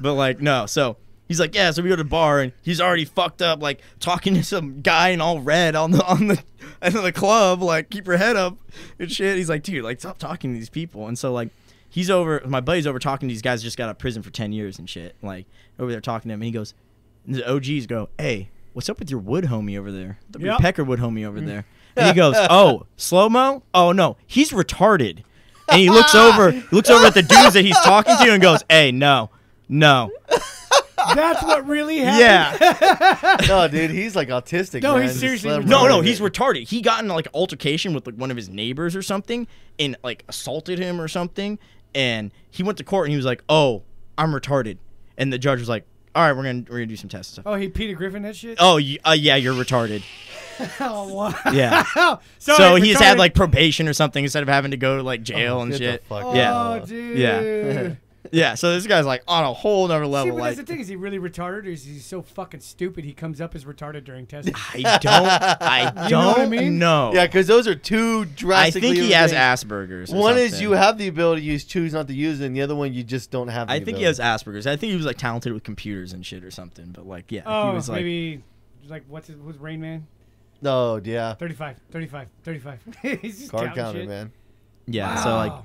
But like no, so he's like, yeah. So we go to the bar and he's already fucked up, like talking to some guy in all red on the on the in the club, like keep your head up and shit. He's like, dude, like stop talking to these people. And so like he's over, my buddy's over talking to these guys that just got out of prison for ten years and shit. Like over there talking to him, and he goes, and the OGs go, hey, what's up with your wood homie over there? The Yep. pecker wood homie Mm. over there. And he goes, oh, slow mo? Oh no, he's retarded and he looks over he looks over at the dudes that he's talking to and goes hey no no what really happened. yeah no, dude, he's like autistic. No, man. he's seriously slept no around no it. he's retarded he got in like an altercation with like one of his neighbors or something and like assaulted him or something and he went to court and he was like oh i'm retarded and the judge was like all right we're gonna we're gonna do some tests and stuff Oh, he Peter Griffin that shit. oh you, uh, yeah you're retarded Oh, wow. yeah Oh, sorry, so he just had retarded. like probation or something instead of having to go to like jail and Get the shit fuck Oh, yeah. out. dude. Yeah. See, yeah so this guy's like on a whole nother level but Oh, like that's the thing. Is he really retarded, or is he so fucking stupid he comes up as retarded during testing? I don't. I don't You know what I mean? know. Yeah, because those are two I drastically. think he has different things. Asperger's. or One is something. you have the ability, you just choose not to use it, and the other one you just don't have. The I think he ability. has Asperger's. I think he was like talented with computers and shit or something. But like, yeah, Oh, he was like, maybe like what's his, who's Rain Man? No, Oh, yeah, 35, 35, 35. He's just card counting counter, shit. Ah, man. yeah. So like, Wow.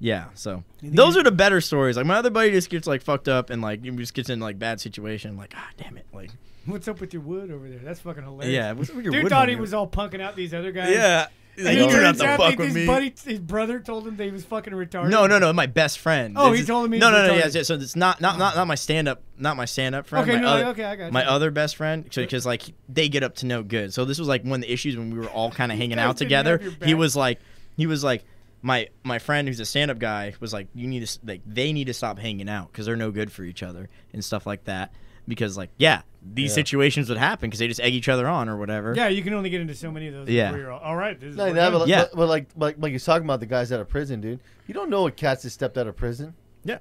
Yeah, so think those you- are the better stories. Like my other buddy just gets like fucked up and like he just gets in like bad situation. Like ah, damn it, like What's up with your wood over there? That's fucking hilarious. yeah. What's up with your Dude wood thought on he your- was all punking out these other guys. yeah. And Like, he you're not turns the out fuck that with his me. buddy, his brother, told him that he was fucking retarded. No, no, no. My best friend. Oh, he is- told him he No, was no, no. Yeah, retarded. yeah, so it's not, not, not, not my stand up, not my stand up friend. Okay, my no, other, okay, I got My you. other best friend, because like they get up to no good. So this was like one of the issues when we were all kind of hanging guys out didn't have together. your back. He was like, he was like, my my friend who's a stand up guy was like, you need to s- like they need to stop hanging out because they're no good for each other and stuff like that. Because like yeah, these Yeah. situations would happen because they just egg each other on or whatever. Yeah, you can only get into so many of those. Yeah. Where you're all, all right. This is No, what no, but, Yeah. but, but like, like, like you're talking about the guys out of prison, dude. You don't know what cats that stepped out of prison. Yeah.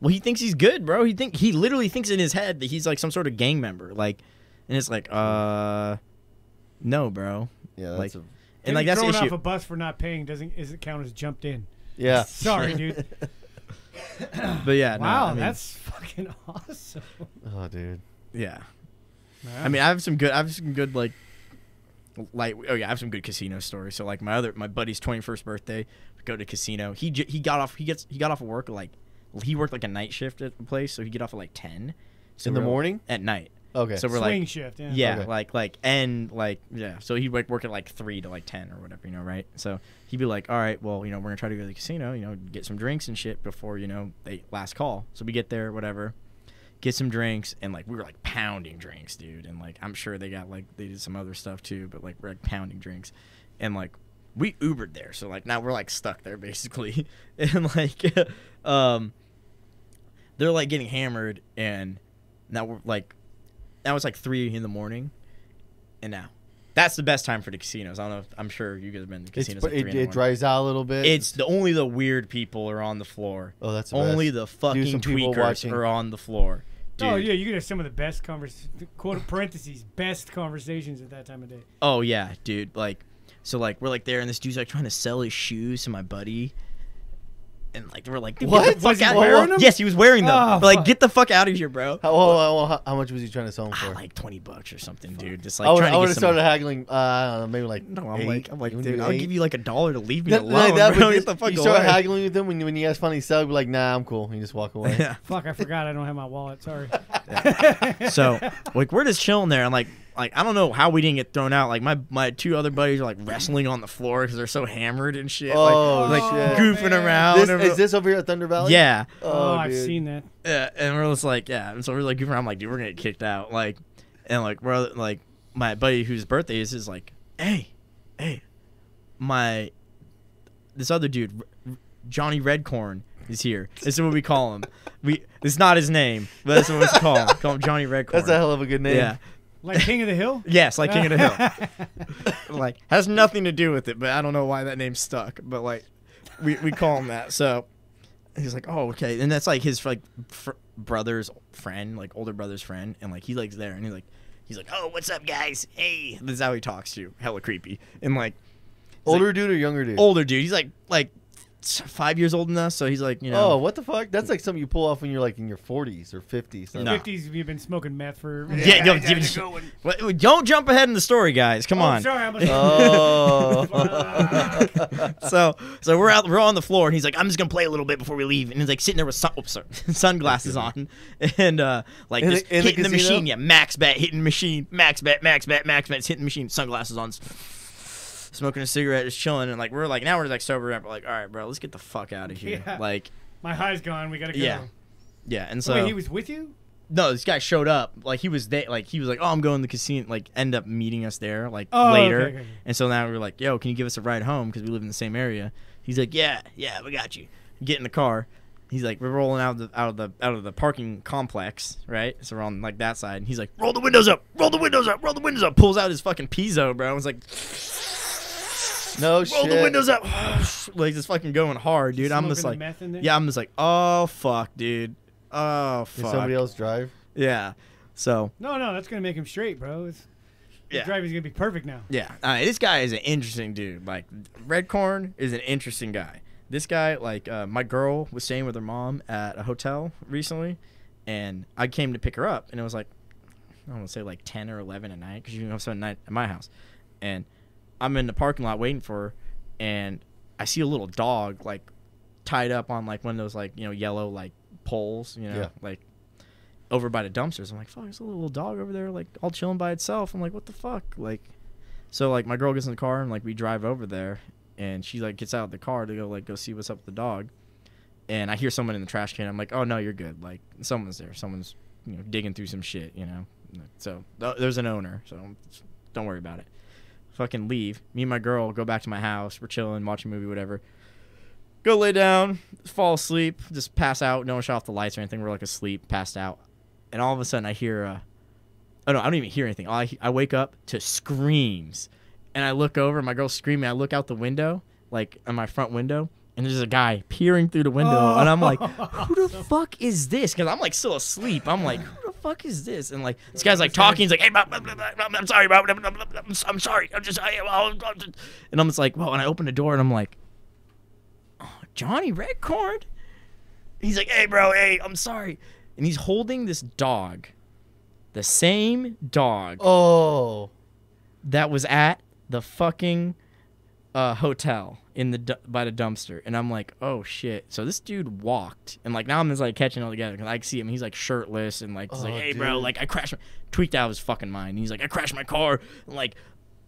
Well, he thinks he's good, bro. He think he literally thinks in his head that he's like some sort of gang member, like, and it's like, uh, no, bro. Yeah, that's Like- a, And like that's the thrown issue. off a bus for not paying doesn't isn't count as jumped in. yeah. Sorry, dude. but yeah, no, wow, I mean, that's fucking awesome. Oh, dude. yeah. I mean, I have some good. I have some good like, light. Oh yeah, I have some good casino stories. So like my other my buddy's twenty first birthday, we go to casino. He j- he got off. He gets he got off of work at, like he worked like a night shift at the place, so he get off at like ten. So In the we're, like, morning? At night. Okay. So we're swing like shift. Yeah. Yeah, Okay. like like and like yeah. So he'd like work at like three to like ten or whatever, you know, right? So he'd be like, All right, well, you know, we're gonna try to go to the casino, you know, get some drinks and shit before, you know, they last call. So we get there, whatever, get some drinks and like we were like pounding drinks, dude, and like I'm sure they got like they did some other stuff too, but like we're like pounding drinks and like we Ubered there, so like now we're like stuck there basically. and like um they're like getting hammered and now we're like now it's like three in the morning, and now that's the best time for the casinos. I don't know. If, I'm sure you guys have been to It's, casinos. but at three it, in the it morning. dries out a little bit. It's the only the weird people are on the floor. oh, that's the only best. the some fucking people tweakers watching. are on the floor. Dude. Oh yeah, you could have some of the best convers quote parentheses best conversations at that time of day. Oh yeah, dude. Like, so like we're like there, and this dude's like trying to sell his shoes to my buddy, and like we're like, dude, What? Get the fuck Was he out wearing of them? Yes, he was wearing them. Oh, But, like, fuck. get the fuck out of here, bro. How, oh, oh, how, how much was he trying to sell him Ah, for? like twenty bucks or something, dude. Just like I would, trying I to would get have some. started haggling. Uh, I don't know, maybe like. no, I'm eight. like, I'm You like, wanna do dude, I'll eight? give you like a dollar to leave me Nothing alone, like that, bro. but Get just- the fuck you away. start haggling with them when you, when you guys finally sell, be like, nah, I'm cool. And you just walk away. Yeah. Fuck, I forgot I don't have my wallet. Sorry. Oh, So like we're just chilling there and like like I don't know how we didn't get thrown out. Like my my two other buddies are like wrestling on the floor because they're so hammered and shit. like- Oh, like, shit. goofing man. around. This, and is this over here at Thunder Valley? yeah. Oh, I've dude. seen that. Yeah, and we're just like, yeah. And so we're like, goofing around. I'm like, dude, we're gonna get kicked out. Like, and like, we're like, my buddy whose birthday is is like, hey, hey, my this other dude, R- Johnny Redcorn, is here. This is what we call him. We it's not his name, but that's what we call him. Call him Johnny Redcorn. That's a hell of a good name. yeah. Like King of the Hill. Yes, like King of the Hill. like has nothing to do with it, but I don't know why that name stuck. But like, we, we call him that. So he's like, oh okay, and that's like his like fr- brother's friend, like older brother's friend, and like he likes there, and he's like, he's like, oh what's up guys, hey, this is how he talks to you, hella creepy, and like Older dude or younger dude? older dude, he's like like s- five years older than us, so he's like you know. Oh, what the fuck? That's like something you pull off when you're like in your 40s or 50s. No. Fifties, you've been smoking meth for. Yeah, yo, give us- Wait, Don't jump ahead in the story, guys. Come Oh, on. Sorry, I'm. A- Oh. so so we're out we're on the floor and he's like i'm just gonna play a little bit before we leave and he's like sitting there with sun, oops, sorry, sunglasses on and uh like In the- just in the hitting the, casino? machine yeah max bet hitting the machine max bet max bet max bet it's hitting the machine sunglasses on smoking a cigarette just chilling and like we're like now we're like sober up we're like all right bro let's get the fuck out of here Yeah. like My high's gone. We gotta go. yeah yeah and so Wait, he was with you? no this guy showed up like he was there like he was like oh i'm going to the casino like end up meeting us there like Oh, later okay, okay, okay. and so now we were like yo can you give us a ride home because we live in the same area he's like yeah yeah we got you get in the car he's like we're rolling out of the out of the out of the parking complex right so we're on like that side and he's like roll the windows up roll the windows up roll the windows up pulls out his fucking piezo bro i was like no roll Oh, shit. the windows up like just fucking going hard dude i'm Smoking just the like meth in there? yeah i'm just like oh fuck dude oh Did fuck somebody else drive? yeah so No, no, that's gonna make him straight, bro. It's, yeah The driving's gonna be perfect now. Yeah, uh, this guy is an interesting dude. Like Redcorn is an interesting guy. This guy, like uh, my girl was staying with her mom at a hotel recently, and I came to pick her up, and it was like I don't want to say like ten or eleven at night because you know so at night at my house, and I'm in the parking lot waiting for her, and I see a little dog like tied up on like one of those like you know yellow like poles, you know, Yeah. like over by the dumpsters. I'm like, fuck, there's a little dog over there, like all chilling by itself. I'm like, what the fuck, like. So like my girl gets in the car and like we drive over there, and she like gets out of the car to go like go see what's up with the dog, and I hear someone in the trash can. I'm like, oh no, you're good. Like someone's there. Someone's you know digging through some shit. You know, so th- there's an owner. So don't worry about it. Fucking leave. Me and my girl go back to my house. We're chilling, watching a movie, whatever. Go lay down, fall asleep, just pass out. No one shut off the lights or anything. We're like asleep, passed out, and all of a sudden I hear. Uh, oh no, I don't even hear anything. All I, I wake up to screams, and I look over. My girl's screaming. I look out the window, like on my front window, and there's a guy peering through the window, and I'm like, "Who the fuck is this?" Because I'm like still asleep. I'm like, "Who the fuck is this?" And like this guy's like talking. He's like, "Hey, blah, blah, blah, blah, blah, I'm sorry, blah, blah, blah, blah, blah, I'm, s- I'm sorry. I'm just, I, I'll, I'll just-" and I'm just like, "Well," and I open the door, and I'm like, "Oh, Johnny Redcorn." He's like, "Hey, bro, hey, I'm sorry," and he's holding this dog. The same dog Oh, that was at the fucking uh, hotel in the du- by the dumpster, and I'm like, oh shit. So this dude walked, and like now I'm just like catching it all together because I see him. He's like shirtless and like, he's like, Oh, hey bro, dude. like I crashed, my-" tweaked out of his fucking mind. He's like, I crashed my car, and like.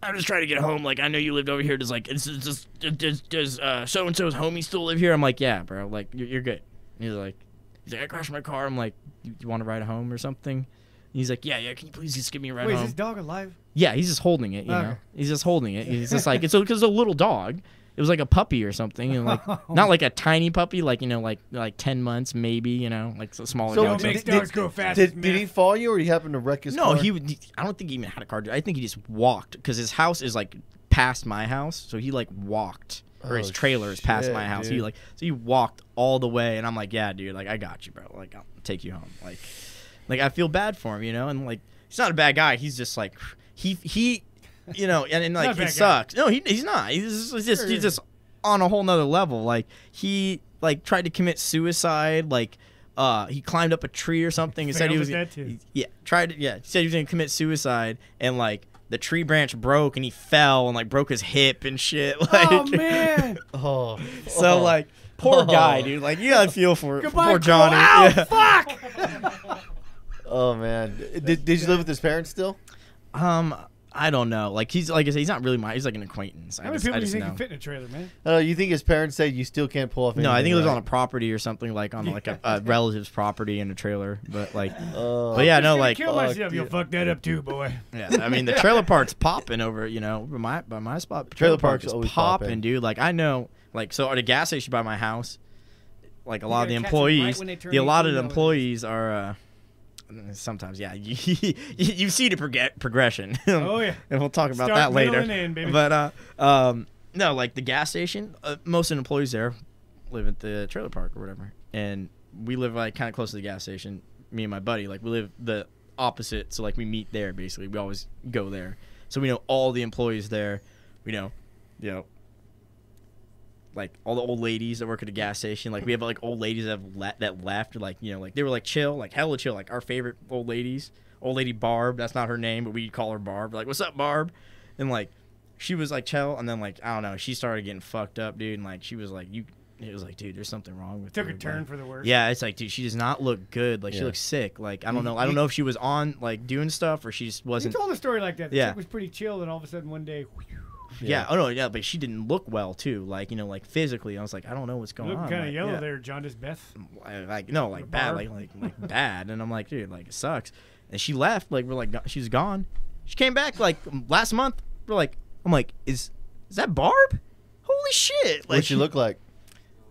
I'm just trying to get home. Like I know you lived over here. Does like it's, it's just does does uh so and so's homie still live here? I'm like yeah, bro. Like you're, you're good. And he's like he's like I crashed my car. I'm like you, you want to ride home or something? And he's like yeah yeah. Can you please just give me a ride Wait, is home? this dog alive? Yeah, he's just holding it. You Okay. know, he's just holding it. He's just like it's because a little dog. It was like a puppy or something, and like not like a tiny puppy, like you know, like like ten months maybe. You know, like a smaller So dog. it makes Like, did- dogs go fast. did, did he fall you, or he happened to wreck his no, car? he. would- I don't think he even had a car. I think he just walked because his house is like past my house, so he like walked. Or his Oh, trailer is past my shit, house. He dude. like so he walked all the way, and I'm like, yeah, dude, like I got you, bro. Like I'll take you home. Like, like I feel bad for him, you know. And like he's not a bad guy. He's just like he he, you know, and, and Not a like bad it guy. sucks. No, he, he's not. He's just, he's just he's just on a whole nother level. Like he like tried to commit suicide. Like uh he climbed up a tree or something and said he Failed was at that, too. yeah tried to, yeah said he was gonna commit suicide and like. The tree branch broke and he fell and like broke his hip and shit. Like, Oh man! Oh, so oh. like, poor Oh. guy, dude. Like, you gotta feel for Goodbye, poor Johnny. Ow, Yeah. fuck! oh man, did, did you live with his parents still? Um, I don't know. Like, he's like I said, he's not really my. He's like an acquaintance. I How many just, I people do you just think know. can fit in a trailer, man? I don't know. You think his parents said you still can't pull off? No, I think it anything, was on a right? property or something like on like a, a relative's property in a trailer. But like, Oh, but yeah, Just no, gonna like, kill fuck, myself. You'll dude. fuck that up too, boy. yeah. I mean, the trailer park's popping over. You know, by my by my spot, Trailer trailer park parks is always popping, poppin'. dude. Like, I know, like, so at a gas station by my house, like a lot of gotta the catch 'em right employees, when they turn the a lot of 18 the nowadays. employees are. uh Sometimes, yeah, you, you, you see the prog- progression. Oh, yeah. and we'll talk about Start, that later. middle, and end, baby. But uh, um, no, like the gas station, uh, most of the employees there live at the trailer park or whatever, and we live like kind of close to the gas station. Me and my buddy, like we live the opposite, so like we meet there basically. We always go there, so we know all the employees there. We know, you know, like all the old ladies that work at a gas station. Like we have like old ladies that have le- that left. Like you know, like they were like chill, like hella chill. Like our favorite old ladies, old lady Barb. That's not her name, but we call her Barb. Like what's up, Barb? And like she was like chill, and then like I don't know, she started getting fucked up, dude. And like she was like you. It was like, dude, there's something wrong with Took her, a turn like- for the worse. Yeah, it's like, dude, she does not look good. Like she Yeah. looks sick. Like I don't know. I don't know if she was on like doing stuff or she just You wasn't. told a story like that. The Yeah. chick was pretty chill, and all of a sudden one day, whew, Yeah. Oh no. Yeah, but she didn't look well too. Like you know, like physically, I was like, I don't know what's going looking on. kind of Oh, like, yellow yeah. there, Jaundice Beth. I- like no like bad bar. like like like bad and i'm like dude like it sucks and she left like we're like go- she's gone she came back like m- last month we're like i'm like is is that barb holy shit like what she look like?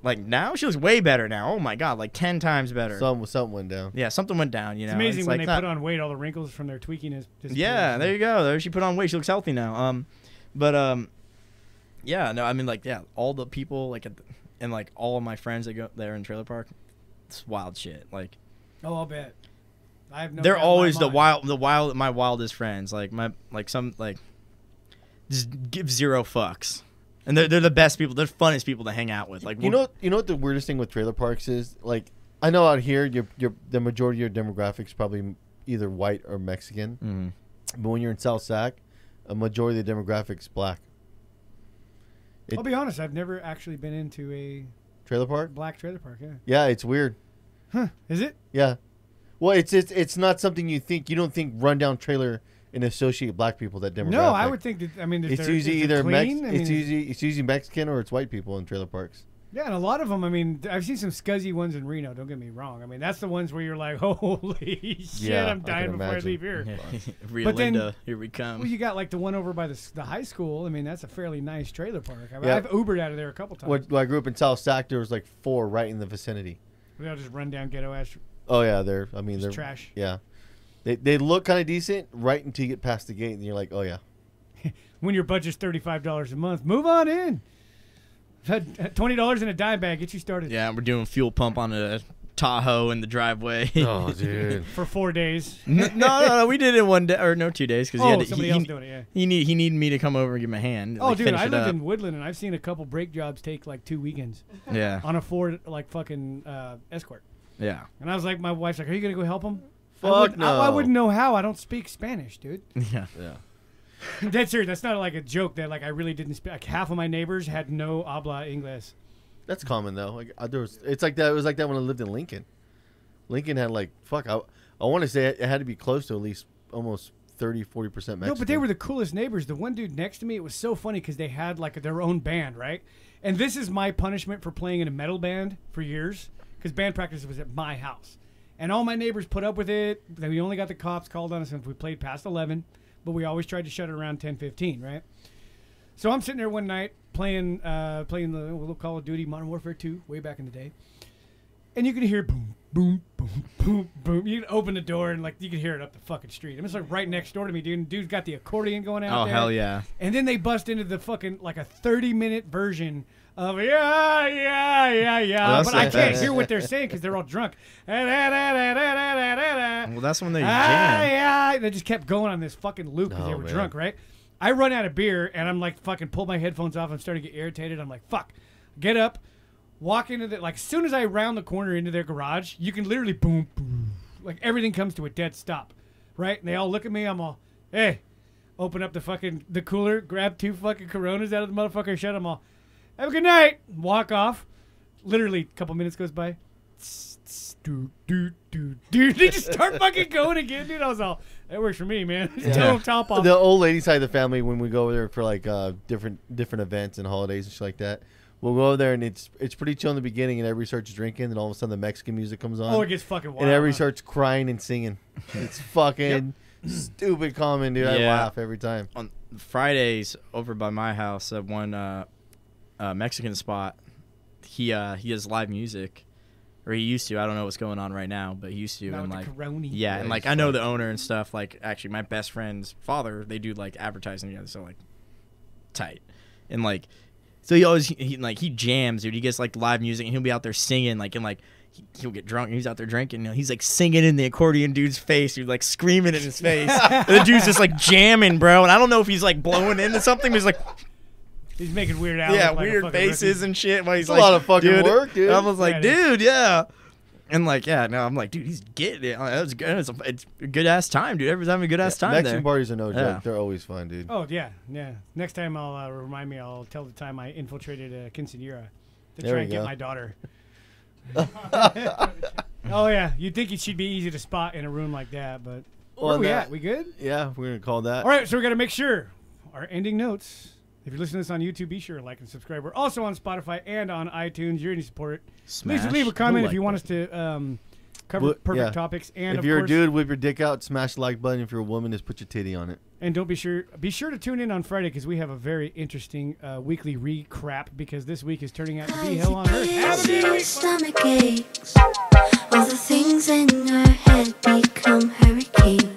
like now she looks way better now oh my god like 10 times better Some something went down. yeah something went down you know It's amazing it's when like they not- put on weight, all the wrinkles from their tweaking is. disappears. yeah there you go there she put on weight she looks healthy now um but um yeah no i mean like yeah all the people like at the, and like all of my friends that go there in trailer park it's wild shit like Oh, I'll bet. I have no. they're doubt in my always the mind. wild the wild my wildest friends like my like some like just give zero fucks and they're, they're the best people they're the funnest people to hang out with like You know, you know what the weirdest thing with trailer parks is? Like, I know out here, your your the majority of your demographics probably either white or Mexican, Mhm. but when you're in South Sac, a majority of the demographics black. I'll be honest. I've never actually been into a Trailer park? Black trailer park. Yeah. Yeah, it's weird. Is it? Yeah. Well, it's it's it's not something you think. You don't think rundown trailer and associate black people that demographic. No, I would think that. I mean, if It's they're- usually if they're either Mex- clean, I it's mean, usually it's usually Mexican or it's white people in trailer parks. Yeah, and a lot of them. I mean, th- I've seen some scuzzy ones in Reno. Don't get me wrong. I mean, that's the ones where you're like, holy shit, Yeah, I I'm can dying before I imagine. leave here. Rita But then- Linda, here we come. Well, you got like the one over by the, s- the high school. I mean, that's a fairly nice trailer park. I mean, Yeah. I've Ubered out of there a couple times. When, when I grew up in South Sac, there was like four right in the vicinity. We all just run down ghetto ass. Oh yeah, they're I mean It's they're trash. Yeah, they they look kind of decent right until you get past the gate and you're like, oh yeah, When your budget's thirty five dollars a month, move on in. Had- had Twenty dollars in a dime bag get you started yeah, we're doing fuel pump on a Tahoe in the driveway. dude. for four days. no, no, no, we did it one day or no, two days because Oh, he had to, somebody he, else he- doing it, yeah. He need he needed me to come over and give him a hand. Oh, like, dude, finish I it lived up. in Woodland and I've seen a couple brake jobs take like two weekends yeah, on a Ford like fucking uh, escort. yeah. And I was like, my wife's like, are you gonna go help him? I Fuck wouldn't, I- I, no. wouldn't know how. I don't speak Spanish, dude. Yeah. That's serious. That's not like a joke. That like I really didn't speak. Like half of my neighbors had no habla inglés. That's common though. Like, I, there was, it's like that. It was like that when I lived in Lincoln. Lincoln had like fuck. I I want to say it, it had to be close to at least almost 30 40 percent Mexican. No, but they were the coolest neighbors. The one dude next to me, it was so funny because they had like their own band, right? And this is my punishment for playing in a metal band for years because band practice was at my house. And all my neighbors put up with it. Then we only got the cops called on us if we played past 11, but we always tried to shut it around 10 15, right? So I'm sitting there one night playing uh, playing the little Call of Duty Modern Warfare 2 way back in the day. And you can hear boom, boom, boom, boom, boom. You can open the door and like you can hear it up the fucking street. I'm just like right next door to me, dude. And dude's got the accordion going out. Oh there. hell yeah. And then they bust into the fucking like a 30 minute version of yeah, yeah, yeah, yeah. Oh, that's but I like- can't hear what they're saying because they're all drunk. Well, that's when they Ah, jam. Oh, yeah. They just kept going on this fucking loop because they No, were man. drunk, right? I run out of beer and I'm like fucking pull my headphones off. I'm starting to get irritated. I'm like, fuck. Get up, walk into the like as soon as I round the corner into their garage, you can literally boom, boom. Like everything comes to a dead stop. Right? And they all look at me, I'm all, hey. Open up the fucking the cooler, grab two fucking coronas out of the motherfucker, shut them all. Have a good night. Walk off. Literally, a couple minutes goes by. Tss, tss, Doo, doo, doo, doo. They just start fucking going again, dude. I was all, that works for me, man. Just Yeah. yeah. top off. the old lady side of the family when we go over there for like uh, different different events and holidays and shit like that. We'll go over there and it's it's pretty chill in the beginning and everybody starts drinking and all of a sudden the Mexican music comes on. oh, it gets fucking wild. and everybody huh? starts crying and singing. It's fucking stupid common, dude. I Yeah. laugh every time. On Fridays over by my house at one uh, uh, Mexican spot, he uh, he does live music, or he used to. I don't know what's going on right now, but he used to. Not and with like the corona. Yeah, and Yeah, like he's I know the owner and stuff. Like actually, my best friend's father, they do like advertising together, so like tight. And like, so he always he like he jams, dude. He gets like live music, and he'll be out there singing, like and like he- he'll get drunk, and he's out there drinking. And he's like singing in the accordion dude's face, dude, like screaming in his face. and the dude's just like jamming, bro. And I don't know if he's like blowing into something. But he's like, He's making weird out. yeah, like a weird fucking faces rookie. and shit. While he's a like, lot of fucking work, dude. I was like, Yeah, it is. dude, yeah. And like, yeah, no, I'm like, dude, he's getting it. That was good. It's a, it's a good ass time, dude. Every time a good ass time Mexican there. parties are no joke. Yeah. They're always fun, dude. Oh, yeah, yeah. Next time I'll uh, remind me, I'll tell the time I infiltrated a quinceanera to There try we and go. get my daughter. oh, yeah. You'd think she'd be easy to spot in a room like that, but where Well, we that- at? We good? Yeah, we're gonna call that. All right, so we got to make sure our ending notes. If you're listening to this on YouTube, be sure to like and subscribe. We're also on Spotify and on iTunes. You're any support. Please leave a comment if you want us to um, cover Well, perfect yeah. topics. And If of you're course, a dude, whip your dick out, smash the like button. If you're a woman, just put your titty on it. And don't be sure be sure to tune in on Friday because we have a very interesting uh, weekly recrap because this week is turning out to be hell on earth. I see stomach aches. All the things in her head become hurricanes.